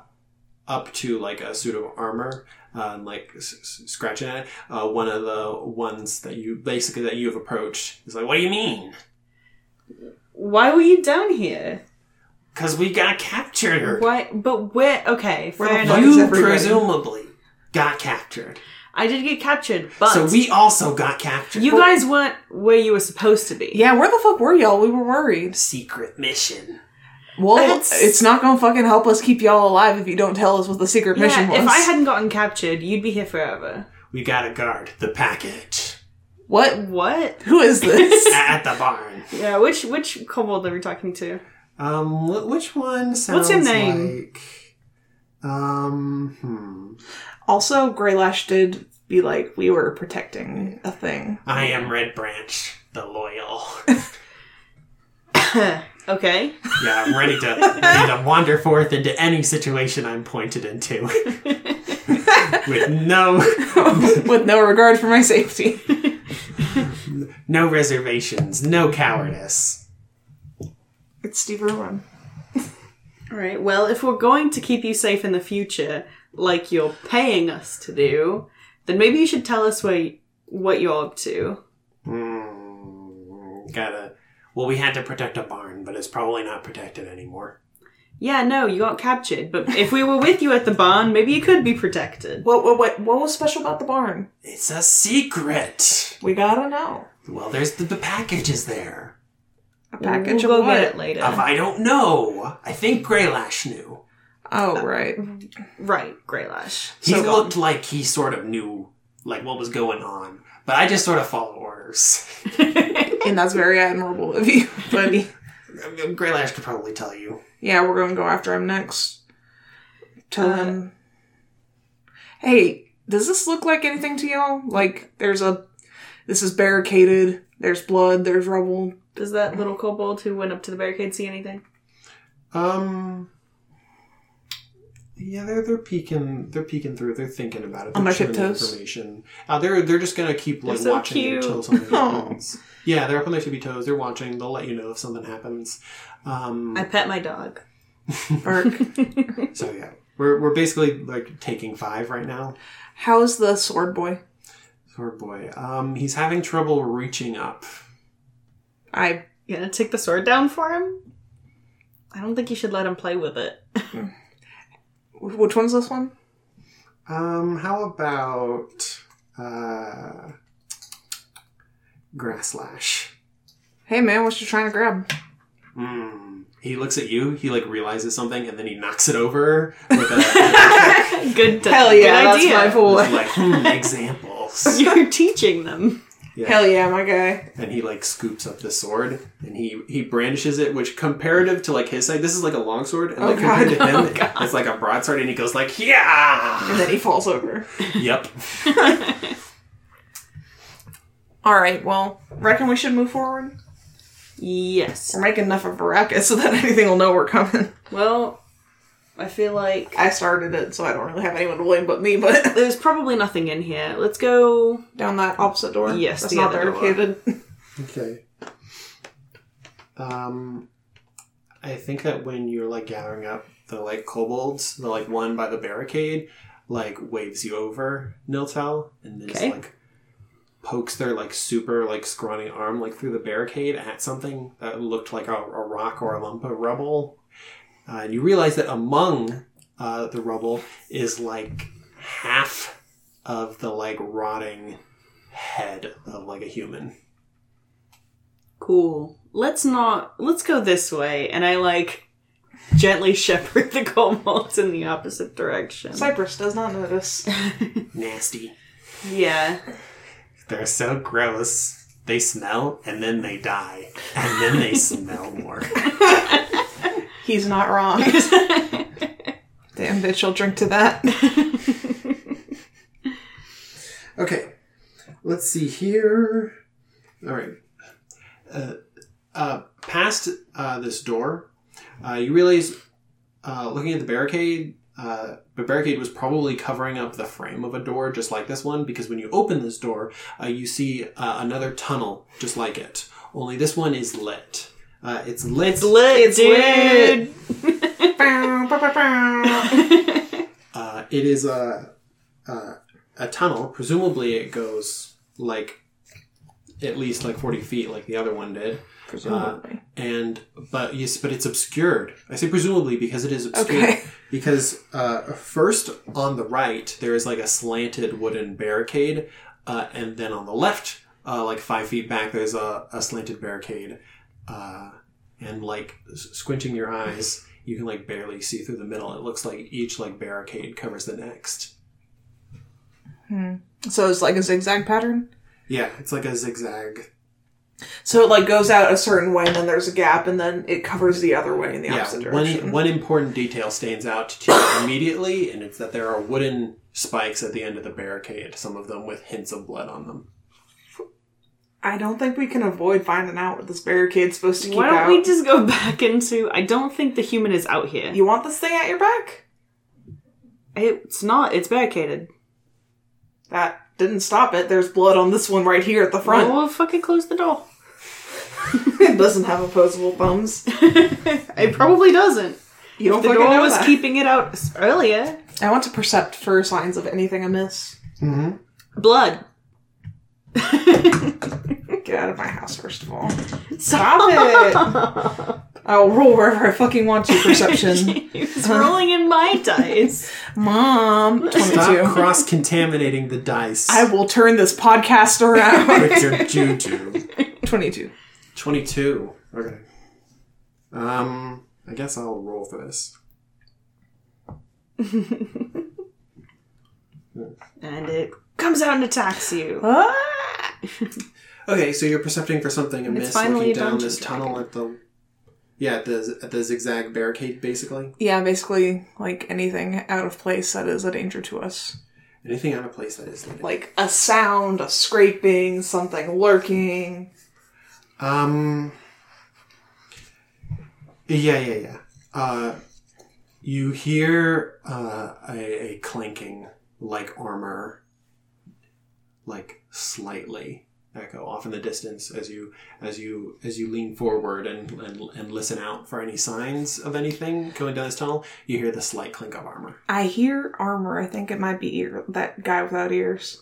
up to like a suit of armor uh, and like s- s- scratching at it uh, one of the ones that you basically that you have approached is like what do you mean
Why were you down here?
because we got captured
Why? But where? Okay,
Where
fair
the
enough.
fuck is
you
everybody?
presumably got captured
I did get captured, but
so we also got captured
you guys weren't where you were supposed to be.
yeah, where the fuck were y'all? We were worried.
secret mission
Well,
That's-
it's not gonna fucking help us keep y'all alive if you don't tell us what the secret
Yeah,
mission was.
if I hadn't gotten captured, you'd be here forever.
we got to guard the package
what?
What?
Who is this?
at the barn
Yeah, which which kobold are we talking to?
Um, wh- which one sounds
What's your name?
like? Um, hmm.
also, Greylash did be like, we were protecting a thing.
I am Red Branch, the loyal.
Okay.
Yeah, I'm ready to ready to wander forth into any situation I'm pointed into. With no
With no regard for my safety.
no reservations, no cowardice.
It's Steve Irwin.
All right. Well, if we're going to keep you safe in the future, like you're paying us to do, then maybe you should tell us where y- what you're up to.
Hmm. Gotta. Well, we had to protect a barn, but it's probably not protected anymore.
Yeah, no, you got captured, but if we were with you at the barn, maybe you could be protected.
What, what, what, what was special about the barn?
It's a secret.
We gotta know.
Well, there's the, the package is there.
A package
we'll
of
go
what?
get it later.
Of I don't know. I think Greylash knew.
Oh, right.
right, Greylash.
He
So-
looked like he sort of knew like what was going on, but I just sort of follow orders.
And that's very admirable of you, buddy.
I mean, Greylash could probably tell you.
Yeah, we're gonna go after him next. Tell
Uh,
him. Hey, does this look like anything to y'all? Like, there's a. This is barricaded. There's blood. There's rubble.
Does that little kobold who went up to the barricade see anything?
Um. Yeah, they're they're peeking they're peeking through. They're thinking about it. They're
On their
chewing the
tiptoes?
Information. Uh, they're they're just gonna keep like
They're so
watching
cute.
until something
Aw.
happens. Yeah, they're up on their tippy toes. They're watching. They'll let you know if something happens. Um,
I pet my dog.
Bark.
so yeah, we're we're basically like taking five right now.
How's the sword boy?
Poor boy. Um, he's having trouble reaching up.
I.
You gonna take the sword down for him? I don't think you should let him play with it.
Which one's this one?
Um, how about uh, grasslash?
Hey man, what you trying to grab?
Mm. He looks at you. He like realizes something, and then he knocks it over with a
good,
Hell yeah, that's my
with,
boy.
like hmm, examples.
You're teaching them.
Yeah.
Hell yeah, my guy.
And he like scoops up the sword, and he he brandishes it. Which comparative to like his side, this is like a long sword, and like
Oh,
compared
God.
to him, it's like a broadsword. And he goes like, yeah,
And then he falls over.
yep.
All right. Well, reckon we should move forward.
Yes.
We're making enough of a racket so that anything will know we're coming.
Well, I feel like
I started it, so I don't really have anyone to blame but me. But
there's probably nothing in here. Let's go.
down that opposite door.
Yes,
that's
the
not
other door.
barricaded.
Okay. Um, I think that when you're like gathering up the like kobolds, the like one by the barricade, like waves you over Niltel, and then
Okay.
just like pokes their like super like scrawny arm like through the barricade at something that looked like a, a rock or a lump of rubble, uh, and you realize that among uh, the rubble is like half of the like rotting head of like a human.
Cool. Let's not. Let's go this way. And I like gently shepherd the kobolds in the opposite direction.
Cyprus does not notice.
Nasty.
yeah.
They're so gross. They smell and then they die. And then they smell more.
He's not wrong. Damn bitch, I'll drink to that.
Okay, let's see here. All right. Uh, uh, past uh, this door, uh, you realize, uh, looking at the barricade, uh, the barricade was probably covering up the frame of a door just like this one, because when you open this door, uh, you see uh, another tunnel just like it. Only this one is lit. Uh, it's lit.
It's lit,
It's
dude.
Bow, bow, bow, bow.
Uh, it is a, a a tunnel. Presumably, it goes like at least like forty feet, like the other one did.
Presumably.
And but yes, but it's obscured. I say presumably because it is obscured.
Okay.
Because uh, first on the right there is like a slanted wooden barricade, uh, and then on the left, uh, like five feet back, there's a, a slanted barricade. Uh, and like s- squinting your eyes, you can like barely see through the middle. It looks like each like barricade covers the next.
so it's like a zigzag pattern.
Yeah, it's like a zigzag.
So it like goes out a certain way, and then there's a gap, and then it covers the other way in the opposite
yeah,
direction.
One, one important detail stands out to you immediately, and it's that there are wooden spikes at the end of the barricade, some of them with hints of blood on them.
I don't think we can avoid finding out what this barricade's supposed to keep
Why don't
out.
we just go back into? I don't think the human is out here.
you want this thing at your back?
It's not. It's barricaded.
That didn't stop it. There's blood on this one right here at the front.
Well, we'll fucking close the door.
it doesn't have opposable thumbs.
It probably doesn't.
You don't
The
Mm-hmm. fucking
door
know
was
that.
keeping it out s- earlier.
I want to percept for signs of anything amiss.
Blood.
Get out of my house, first of all.
Stop
it! I'll roll wherever I fucking want to. Perception.
It's rolling in my dice.
Mom, 22.
Stop cross contaminating the dice
I will turn this podcast around.
with your juju.
22.
22. Okay. Um, I guess I'll roll for this.
and it comes out and attacks you.
Ah!
Okay, so you're percepting for something amiss,
finally
looking
a
down
dungeon
this tunnel at the yeah at the at the zigzag barricade, basically.
Yeah, basically, like anything out of place that is a danger to us.
Anything out of place that is
Like a sound, a scraping, something lurking.
Um. Yeah, yeah, yeah. Uh, you hear uh, a, a clanking, like armor, like slightly echo off in the distance as you as you as you lean forward and and, and listen out for any signs of anything going down this tunnel. You hear the slight clink of armor.
I hear armor. I think it might be ear- that guy without ears.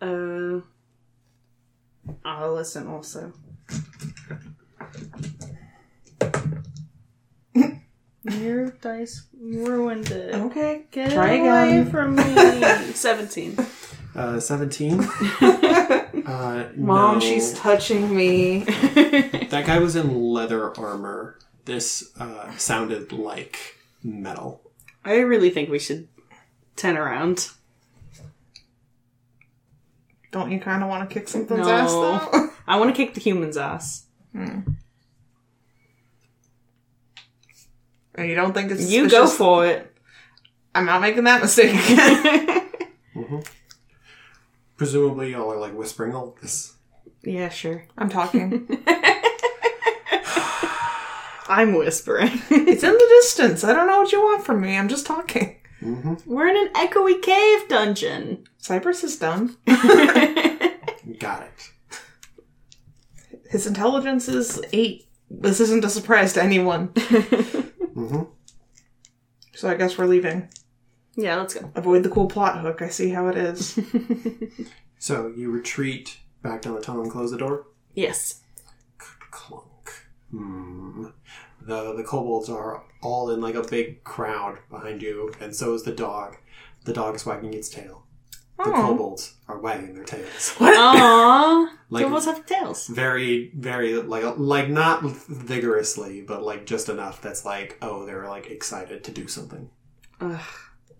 Uh, I'll listen also. Your dice ruined
Oh.
it.
Okay.
Get
Try
away
again.
from me. Seventeen.
Uh, Seventeen. uh,
Mom,
no.
she's touching me.
That guy was in leather armor. This uh, sounded like metal.
I really think we should turn around.
Don't you kind of want to kick something's
No.
ass though?
I want to kick the human's ass.
and you don't think it's
You go
suspicious?
for it.
I'm not making that mistake again.
Presumably, y'all are like whispering all this.
yeah, sure.
I'm talking.
I'm whispering.
it's in the distance. I don't know what you want from me. I'm just talking.
We're in an echoey cave dungeon.
Cypress is dumb.
Got it.
His intelligence is eight. This isn't a surprise to anyone.
Mm-hmm.
So I guess we're leaving.
Yeah, let's go.
Avoid the cool plot hook. I see how it is.
So you retreat back down the tunnel and close the door.
Yes.
Clunk. Hmm. The the kobolds are all in like a big crowd behind you, and so is the dog. The dog is wagging its tail. The
Oh.
kobolds are wagging their tails.
Oh. Aww.
Like-
Doubles have tails.
Very, very like like not vigorously, but like just enough that's like oh they're like excited to do something.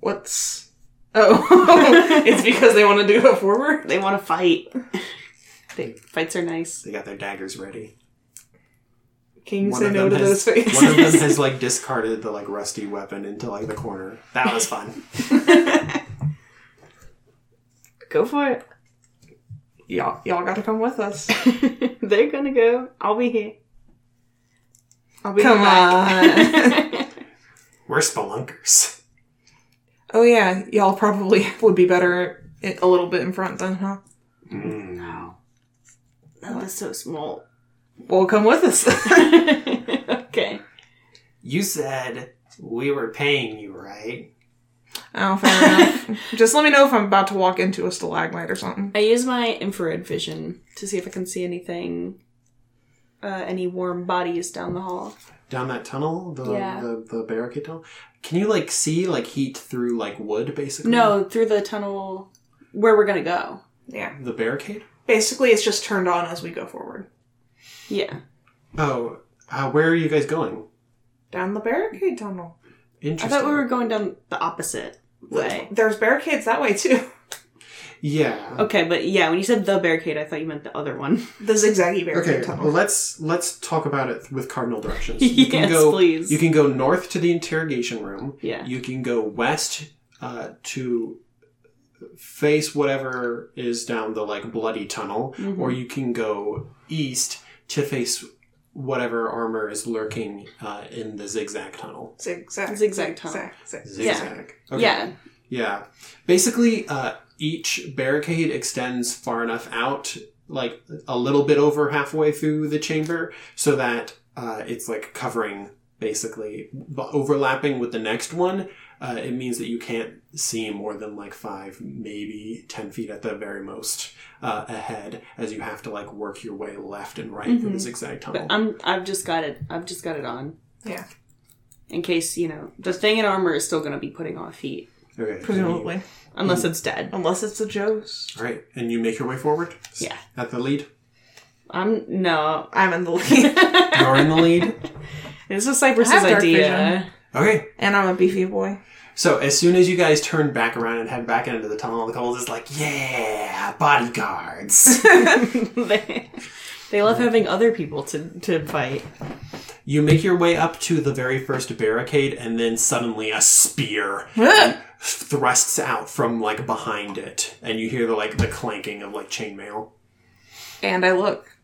What's. Oh. it's because they want to do it forward?
They want to fight. they, fights are nice.
They got their daggers ready.
Can you say no to
has,
those faces?
one of them has like discarded the like rusty weapon into like the corner. That was fun.
Go for it.
y'all, y'all gotta come with us.
They're gonna go. I'll be here. I'll be
Come
back.
We're spelunkers.
oh, yeah. Y'all probably would be better i- a little bit in front then, huh?
no. That was so small.
Well, come with us.
okay.
You said we were paying you, right?
oh, fair enough. Just let me know if I'm about to walk into a stalagmite or something.
I use my infrared vision to see if I can see anything, uh, any warm bodies down the hall.
Down that tunnel, the,
Yeah.
the the barricade tunnel. Can you like see like heat through like wood basically?
No, through the tunnel where we're gonna go.
Yeah.
The barricade?
Basically, it's just turned on as we go forward.
Yeah.
Oh, uh, where are you guys going?
Down the barricade tunnel.
I
Interesting.
thought we were going down the opposite way.
There's barricades that way too.
Yeah.
Okay, but yeah, when you said the barricade, I thought you meant the other one.
The zigzaggy barricade
Okay,
tunnel.
well, let's let's talk about it with cardinal directions.
Yes, please.
You can go north to the interrogation room.
Yeah.
You can go west uh, to face whatever is down the like bloody tunnel,
Mm-hmm.
or you can go east to face whatever armor is lurking uh, in the zigzag tunnel.
Zigzag.
Zigzag tunnel.
zig, zig.
Zigzag.
Yeah.
Yeah. Basically, uh, each barricade extends far enough out, like a little bit over halfway through the chamber, so that uh, it's like covering, basically, but overlapping with the next one. Uh, it means that you can't see more than like five, maybe ten feet at the very most uh, ahead, as you have to like work your way left and right through the zigzag tunnel.
I'm I've just got it. I've just got it on.
Yeah.
In case, you know, the thing in armor is still gonna be putting off heat.
Okay, and you-
Presumably.
Hmm.
Unless it's dead.
Unless it's a Joe's.
All right, and you make your way forward.
Yeah.
At the lead.
I'm no.
I'm in the lead.
You're in the lead.
It's just Cypress's
have dark
idea.
vision.
Okay.
and I'm a beefy boy.
So as soon as you guys turn back around and head back into the tunnel, the couple's is like, yeah, bodyguards.
they, they love having other people to to fight.
you make your way up to the very first barricade, and then suddenly a spear thrusts out from like behind it, and you hear the like the clanking of like chainmail.
and I look.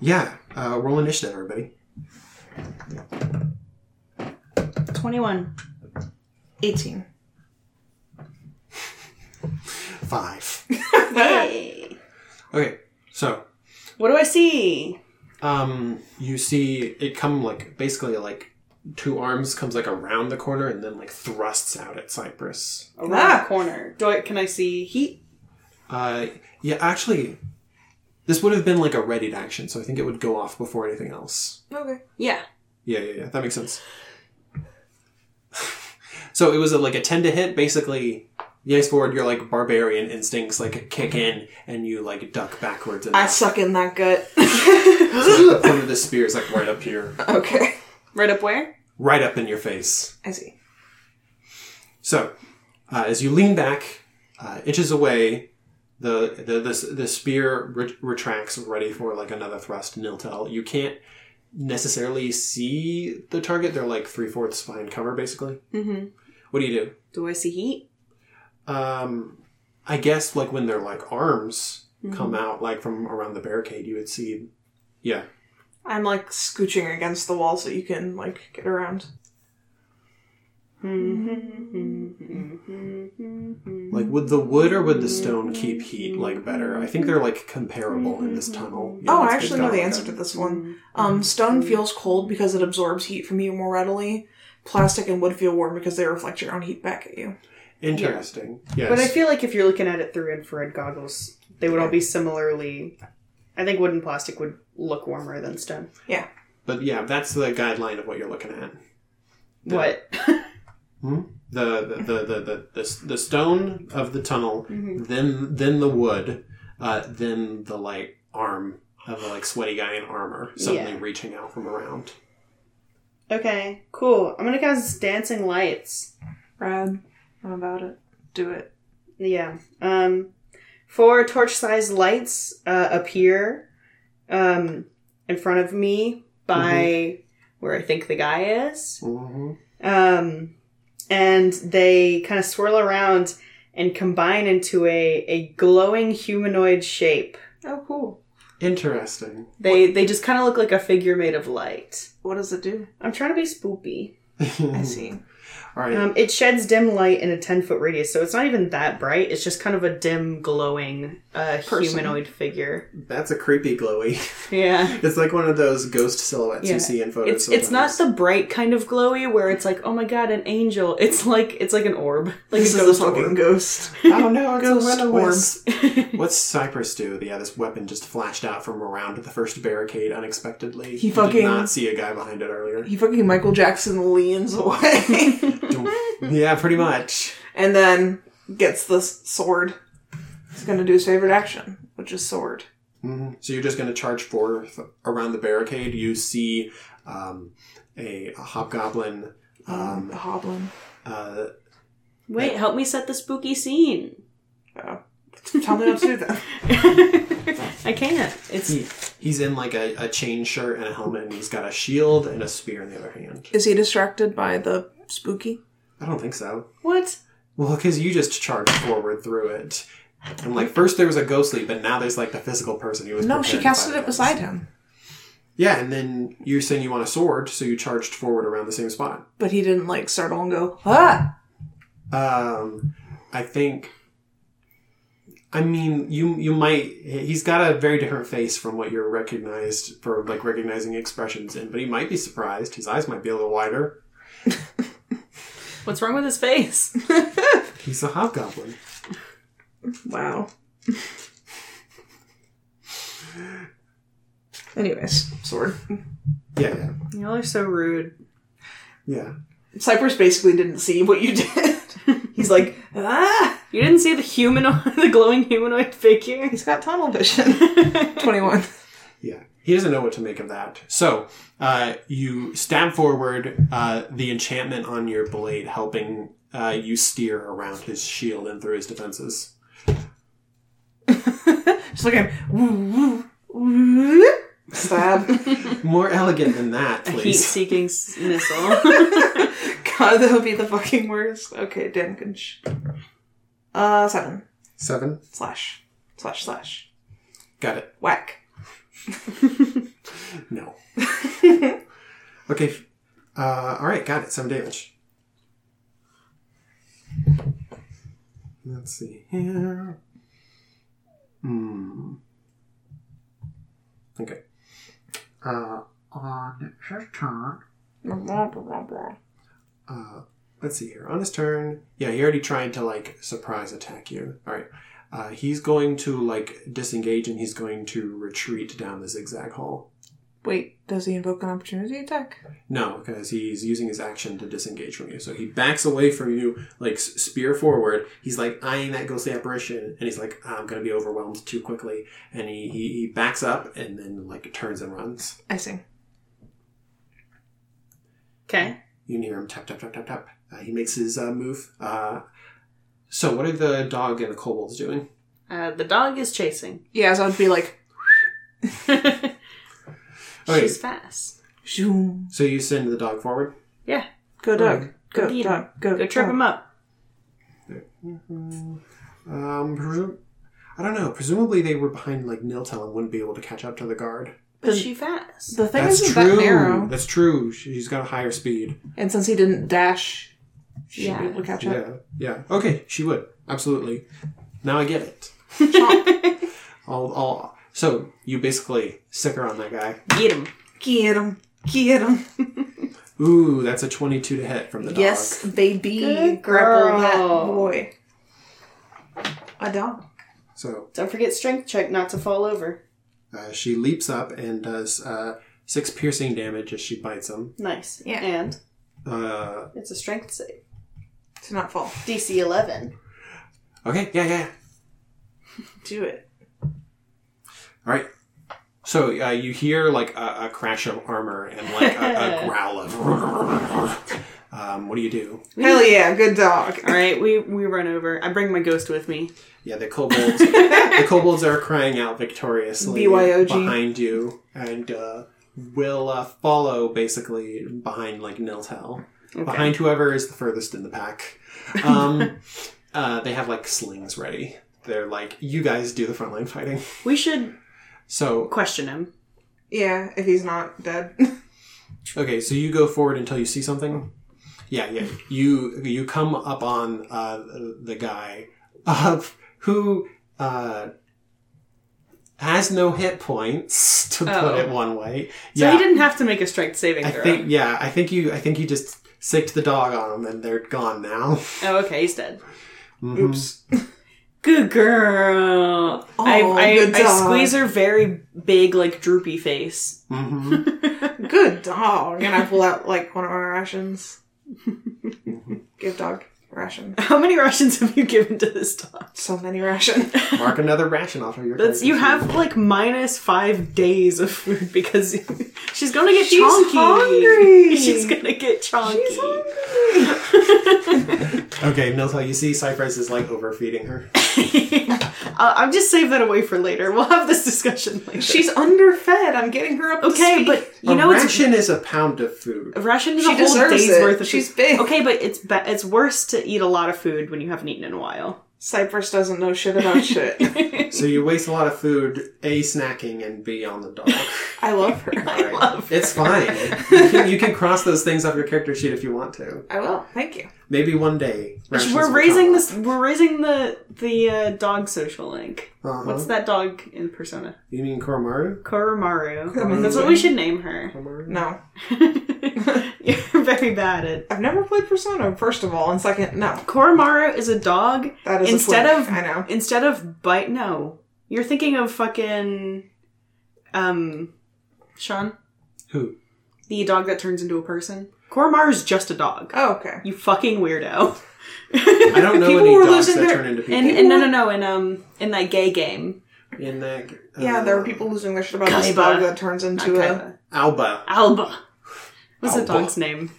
Yeah, uh, roll initiative, everybody.
Twenty one.
18.
Five. Okay, so
What do I see?
um, you see it come like basically like two arms comes like around the corner and then like thrusts out at Cypress.
Around
Ah.
the corner. Do I? Can I see heat?
Uh, yeah, actually, this would have been like a readied action, so I think it would go off before anything else.
Okay.
Yeah.
Yeah, yeah, yeah. That makes sense. so it was a, like a ten to hit, basically. Yes, forward. Your like barbarian instincts like kick in, and you like duck backwards. And
I suck in that gut.
the point of the spear is like right up here,
okay.
Right up where?
right up in your face.
I see.
So, uh, as you lean back, uh, inches away, the the the, the spear re- retracts, ready for like another thrust. Niltel, you can't necessarily see the target. They're like three fourths behind cover, basically.
Mm-hmm.
What do you
Do I see heat?
do? Um, I guess like when their like arms
Mm-hmm.
come out, like from around the barricade, you would see. Yeah.
I'm like scooching against the wall so you can like get around.
Like, would the wood or would the stone keep heat like better? I think they're like comparable in this tunnel. Yeah,
oh,
it's-
I
it's
actually
got,
know the
like, a-
answer to this one. Um, stone feels cold because it absorbs heat from you more readily. Plastic and wood feel warm because they reflect your own heat back at you.
Interesting. Yes.
But I feel like if you're looking at it through infrared goggles, they would all be similarly. I think wood and plastic would look warmer than stone.
Yeah.
But yeah, that's the guideline of what you're looking at.
What?
The the the the the, the, the stone of the tunnel,
Mm-hmm.
then then the wood, uh, then the like arm of a like sweaty guy in armor suddenly
Yeah.
reaching out from around.
okay, cool. I'm gonna cast dancing lights.
Rad. I'm about it. Do it.
Yeah. Um, four torch-sized lights uh, appear um, in front of me by where I think the guy is.
Mm-hmm.
um, and they kind of swirl around and combine into a, a glowing humanoid shape.
Oh, cool.
Interesting.
They they just kind of look like a figure made of light.
What does it do?
I'm trying to be spoopy.
I see.
All right.
Um, it sheds dim light in a 10 foot radius, so it's not even that bright. It's just kind of a dim, glowing uh,
Person.
humanoid figure.
that's a creepy glowy.
Yeah.
it's like one of those ghost silhouettes
Yeah.
you see in photos.
It's it's not
sometimes.
the bright kind of glowy where it's like oh my god an angel. It's like it's like an orb, like
This
a
is a
ghost
fucking
orb.
ghost.
Oh no, it's
Ghost
a will-o-wisp. What's Cypress do? Yeah, this weapon just flashed out from around the first barricade unexpectedly.
He
You
fucking-
did not see a guy behind it earlier.
He fucking Michael Jackson leans away
yeah, pretty much.
and then gets the s- sword. He's gonna do his favorite action, which is sword.
Mm-hmm. So you're just going to charge forth around the barricade. You see um, a, a hobgoblin.
Um, the
Um,
hoblin.
uh,
Wait, help me set the spooky scene.
Oh. Tell me what to do then.
I can't. It's
he, he's in like a, a chain shirt and a helmet, and he's got a shield and a spear in the other hand.
Is he distracted by the spooky?
I don't think so.
what?
Well, because you just charged forward through it. And like first there was a ghostly, but now there's like the physical person who was.
No, she
prepared to
casted
fight
it
against.
beside him,
Yeah, and then you're saying you want a sword, so you charged forward around the same spot.
but he didn't like startle and go ah.
Um, I think. I mean, you you might. He's got a very different face from what you're recognized for, like recognizing expressions in. But he might be surprised. His eyes might be a little wider.
What's wrong with his face?
He's a hobgoblin.
Wow. Anyways, sword.
Yeah, yeah,
Y'all are so rude.
yeah.
Cypress basically didn't see what you did. He's like ah.
You didn't see the humanoid, the glowing humanoid figure.
He's got tunnel vision. Twenty one.
Yeah, He doesn't know what to make of that. So uh, you stab forward, uh, the enchantment on your blade helping uh, you steer around his shield and through his defenses.
Just look at him. Stab.
More elegant than that,
Heat
please.
seeking s- missile.
God, that would be the fucking worst. Okay, damage. Uh, seven.
Seven.
Slash. Slash, slash.
Got it.
Whack.
No. okay. f- Uh, all right. Got it. Seven damage. Let's see here. Hmm. Okay. Uh, on his turn. Uh, let's see here. On his turn. Yeah, he already tried to like surprise attack you. All right. Uh, he's going to like disengage and he's going to retreat down the zigzag hall.
Wait, does he invoke an opportunity attack?
No, because he's using his action to disengage from you. So he backs away from you, like s- spear forward. He's like eyeing that ghostly apparition, and he's like, "I'm gonna be overwhelmed too quickly." And he he, he backs up and then like turns and runs.
I see.
okay.
You can hear him tap tap tap tap tap. Uh, he makes his uh, move. Uh, so what are the dog and the kobolds doing?
Uh, the dog is chasing.
Yeah, so I'd be like,
Okay,
She's fast.
zoom.
so you send the dog forward.
Yeah.
Go, dog. Go,
beat
dog. Go,
Go trip
dog.
him up.
Um, presu- I don't know. Presumably they were behind like Niltel and wouldn't be able to catch up to the guard.
But she fast.
The thing
That's
isn't
true.
that narrow.
That's true. She's got a higher speed.
And since he didn't dash, she should
Yeah.
be able to catch up.
Yeah, yeah. Okay, she would absolutely. Now I get it. I'll, I'll, so you basically sick her on that guy.
Get him.
Get him. Get him.
Ooh, that's a twenty-two to hit from the dog.
Yes, baby.
Good
Grapple that
girl.
boy. A dog.
So
Don't forget strength check not to fall over.
uh, she leaps up and does uh, six piercing damage as she bites him.
Nice.
Yeah.
And
Uh,
it's a strength save.
To not fall.
DC 11.
okay, yeah, yeah.
Do it.
All right. So uh, you hear like a, a crash of armor and like a, a growl of. Um, what do you do?
Hell yeah, good dog.
All right, we we run over. I bring my ghost with me.
Yeah, the kobolds. the kobolds are crying out victoriously
BYOG.
behind you, and uh, will uh, follow basically behind like Niltel, behind whoever is the furthest in the pack. Um, uh, they have like slings ready. They're like, you guys do the frontline fighting.
We should
So
question him.
Yeah, if he's not dead.
okay, so you go forward until you see something. Yeah, yeah. You you come up on uh, the guy uh, who uh, has no hit points to
Oh.
put it one way.
So
yeah,
he didn't have to make a strength saving
I
throw.
think yeah, I think you I think you just sicked the dog on them and they're gone now. Mm-hmm,
Oh, okay, he's dead.
Oops.
Good girl. I,
Aw,
I,
Oh, good
I
dog.
squeeze her very big, like droopy face.
hmm
Good dog. And I pull out like one of our rations. Give dog ration.
How many rations have you given to this dog?
So many ration.
Mark another ration off of your.
That's you
character
have like minus five days of food because she's gonna get
She's
chonky.
hungry.
She's gonna get chonky.
sheet. Okay, Niltel, you see Cypress is like overfeeding her.
I'll, I'll just save that away for later. We'll have this discussion later.
She's underfed. I'm getting her up. to
okay,
speed.
but you
a
know it's
ration is a pound of food.
a ration is
She
a whole
deserves
day's
it.
worth of
She's
food.
big.
Okay, but it's be- it's worse to eat a lot of food when you haven't eaten in a while.
Cypress doesn't know shit about shit.
So you waste a lot of food, a snacking and b on the dog.
I love her.
Right. It's fine. you, can, you can cross those things off your character sheet if you want to.
I will. Thank you.
Maybe one day. rations will
We're
come
raising
up.
this. We're raising the the uh, dog social link.
Uh-huh.
What's that dog in Persona?
You mean Koromaru?
Koromaru.
Koromaru.
That's what we should name her.
Koromaru?
No.
You're very bad at.
I've never played Persona, first of all, and second, no.
Koromaru is a dog.
That is a
instead
fluke,
of
I know.
Instead of bite. No, you're thinking of fucking, um, Sean,
Who?
the dog that turns into a person. Koromaru is just a dog.
Oh, okay.
You fucking weirdo.
I don't know
People
any
were
dogs
losing
that
their-
turn into people.
And, and no, no, no. In um, in that gay game
in that. uh,
Yeah, there are people losing their shit about this
Kaiba.
dog that turns into a.
Kaiba.
Alba.
uh, Alba. What's the
Alba.
dog's name?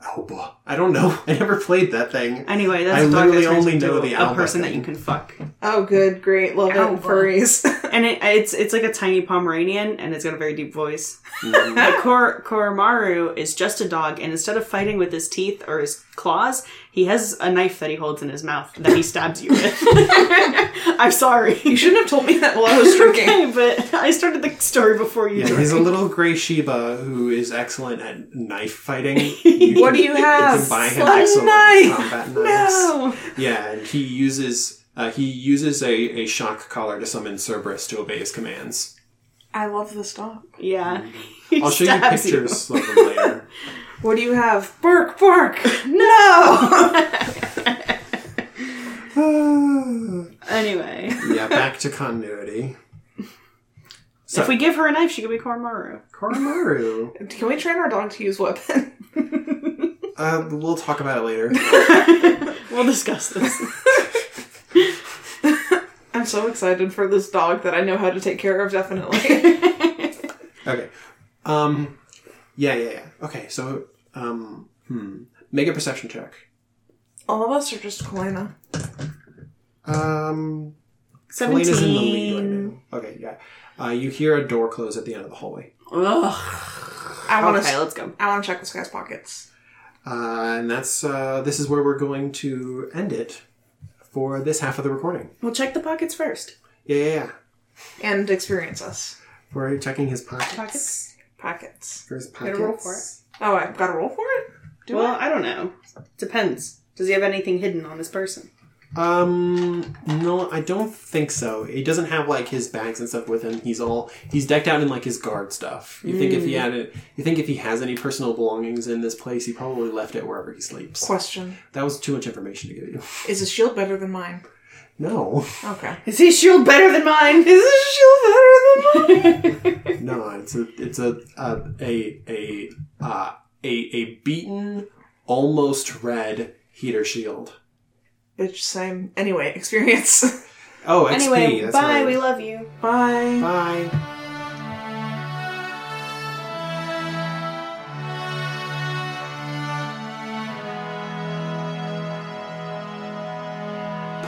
Alba. I don't know. I never played that thing.
Anyway, that's
I
a dog
literally
that turns
only
into
know the
a
Alba
person that
thing.
you can fuck.
Oh, good, great, love
Ow.
it, furries.
And it, it's it's like a tiny Pomeranian, and it's got a very deep voice.
Mm-hmm.
But Kor, Koromaru is just a dog, and instead of fighting with his teeth or his claws, he has a knife that he holds in his mouth that he stabs you with. I'm sorry.
you shouldn't have told me that while I was drinking.
Okay, but I started the story before you.
Yeah,
did.
he's a little gray Sheba who is excellent at knife fighting.
What do you have?
can buy him
A
excellent
knife!
combat knives.
No.
Yeah, and he uses uh, he uses a, a shock collar to summon Cerberus to obey his commands.
I love this dog.
Yeah. He
I'll show you
stabs
pictures of him later.
What do you have? Bark, bark! no!
Anyway,
yeah, back to continuity. So-
if we give her a knife, she could be Koromaru.
Koromaru.
Can we train our dog to use weapon?
Uh, we'll talk about it later.
We'll discuss this.
I'm so excited for this dog that I know how to take care of, definitely.
Okay. Um. Yeah, yeah, yeah. Okay, so um, hmm. make a perception check.
All of us are just Kalina.
Um, Elena's in the lead right
Seventeen.
now. Okay, yeah. Uh, you hear a door close at the end of the hallway,
Ugh.
I want to
Okay, let's go.
I want to check this guy's pockets.
uh, and that's uh, this is where we're going to end it for this half of the recording.
We'll check the pockets first.
Yeah, yeah, yeah.
And experience us.
We're checking his pockets.
Pockets?
Pockets.
There's pockets.
Gotta roll for it.
Oh, I've got to roll for it? Do
well,
I?
I? don't know. Depends. Does he have anything hidden on his person?
Um, no, I don't think so. He doesn't have like his bags and stuff with him. He's all he's decked out in like his guard stuff. You think if he
Hmm.
had it, you think if he has any personal belongings in this place, he probably left it wherever he sleeps.
Question.
That was too much information to give you.
Is his shield better than mine?
No,
Okay.
Is his shield better than mine? Is his shield better than mine?
no, it's a it's a a a a uh, a, a beaten, almost red heater shield.
Bitch, same. Anyway, experience.
Oh, XP.
anyway,
that's
bye.
right.
We love you.
Bye.
bye.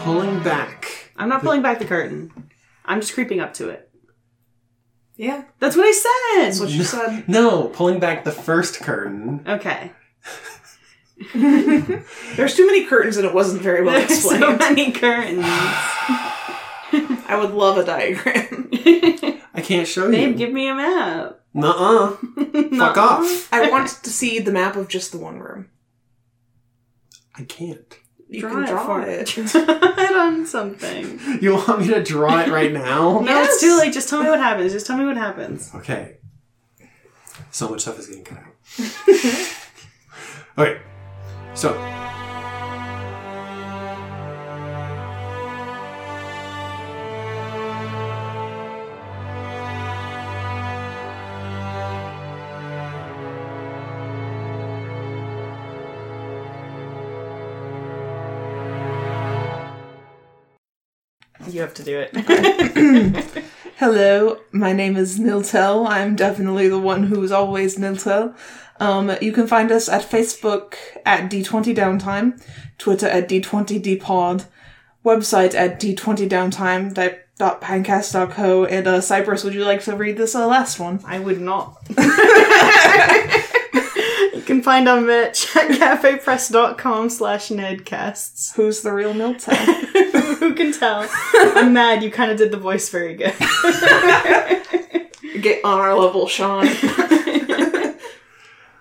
Pulling back.
I'm not pulling back the curtain. I'm just creeping up to it.
Yeah,
That's what I
that's
said.
what you said.
No, pulling back the first curtain.
Okay.
There's too many curtains and it wasn't very well
There's so
explained.
many curtains.
I would love a diagram.
I can't show
Babe,
you.
give me a map.
Nuh-uh. Fuck off.
I want to see the map of just the one room.
I can't.
You can draw it.
Draw it on something.
You want me to draw it right now?
No, it's too late. Just tell me what happens. Just tell me what happens.
Okay. So much stuff is getting cut out. okay. So
You have to do it.
Hello, my name is Niltel. I'm definitely the one who is always Niltel. Um, you can find us at Facebook at D20 Downtime, Twitter at D20DPod, website at D20Downtime.pancast.co, and uh, Cypress, would you like to read this uh, last one?
I would not. you can find our merch at cafepress.com slash nedcasts.
Who's the real Niltel?
Who can tell? I'm mad. You kind of did the voice very good.
Get on our level, Sean.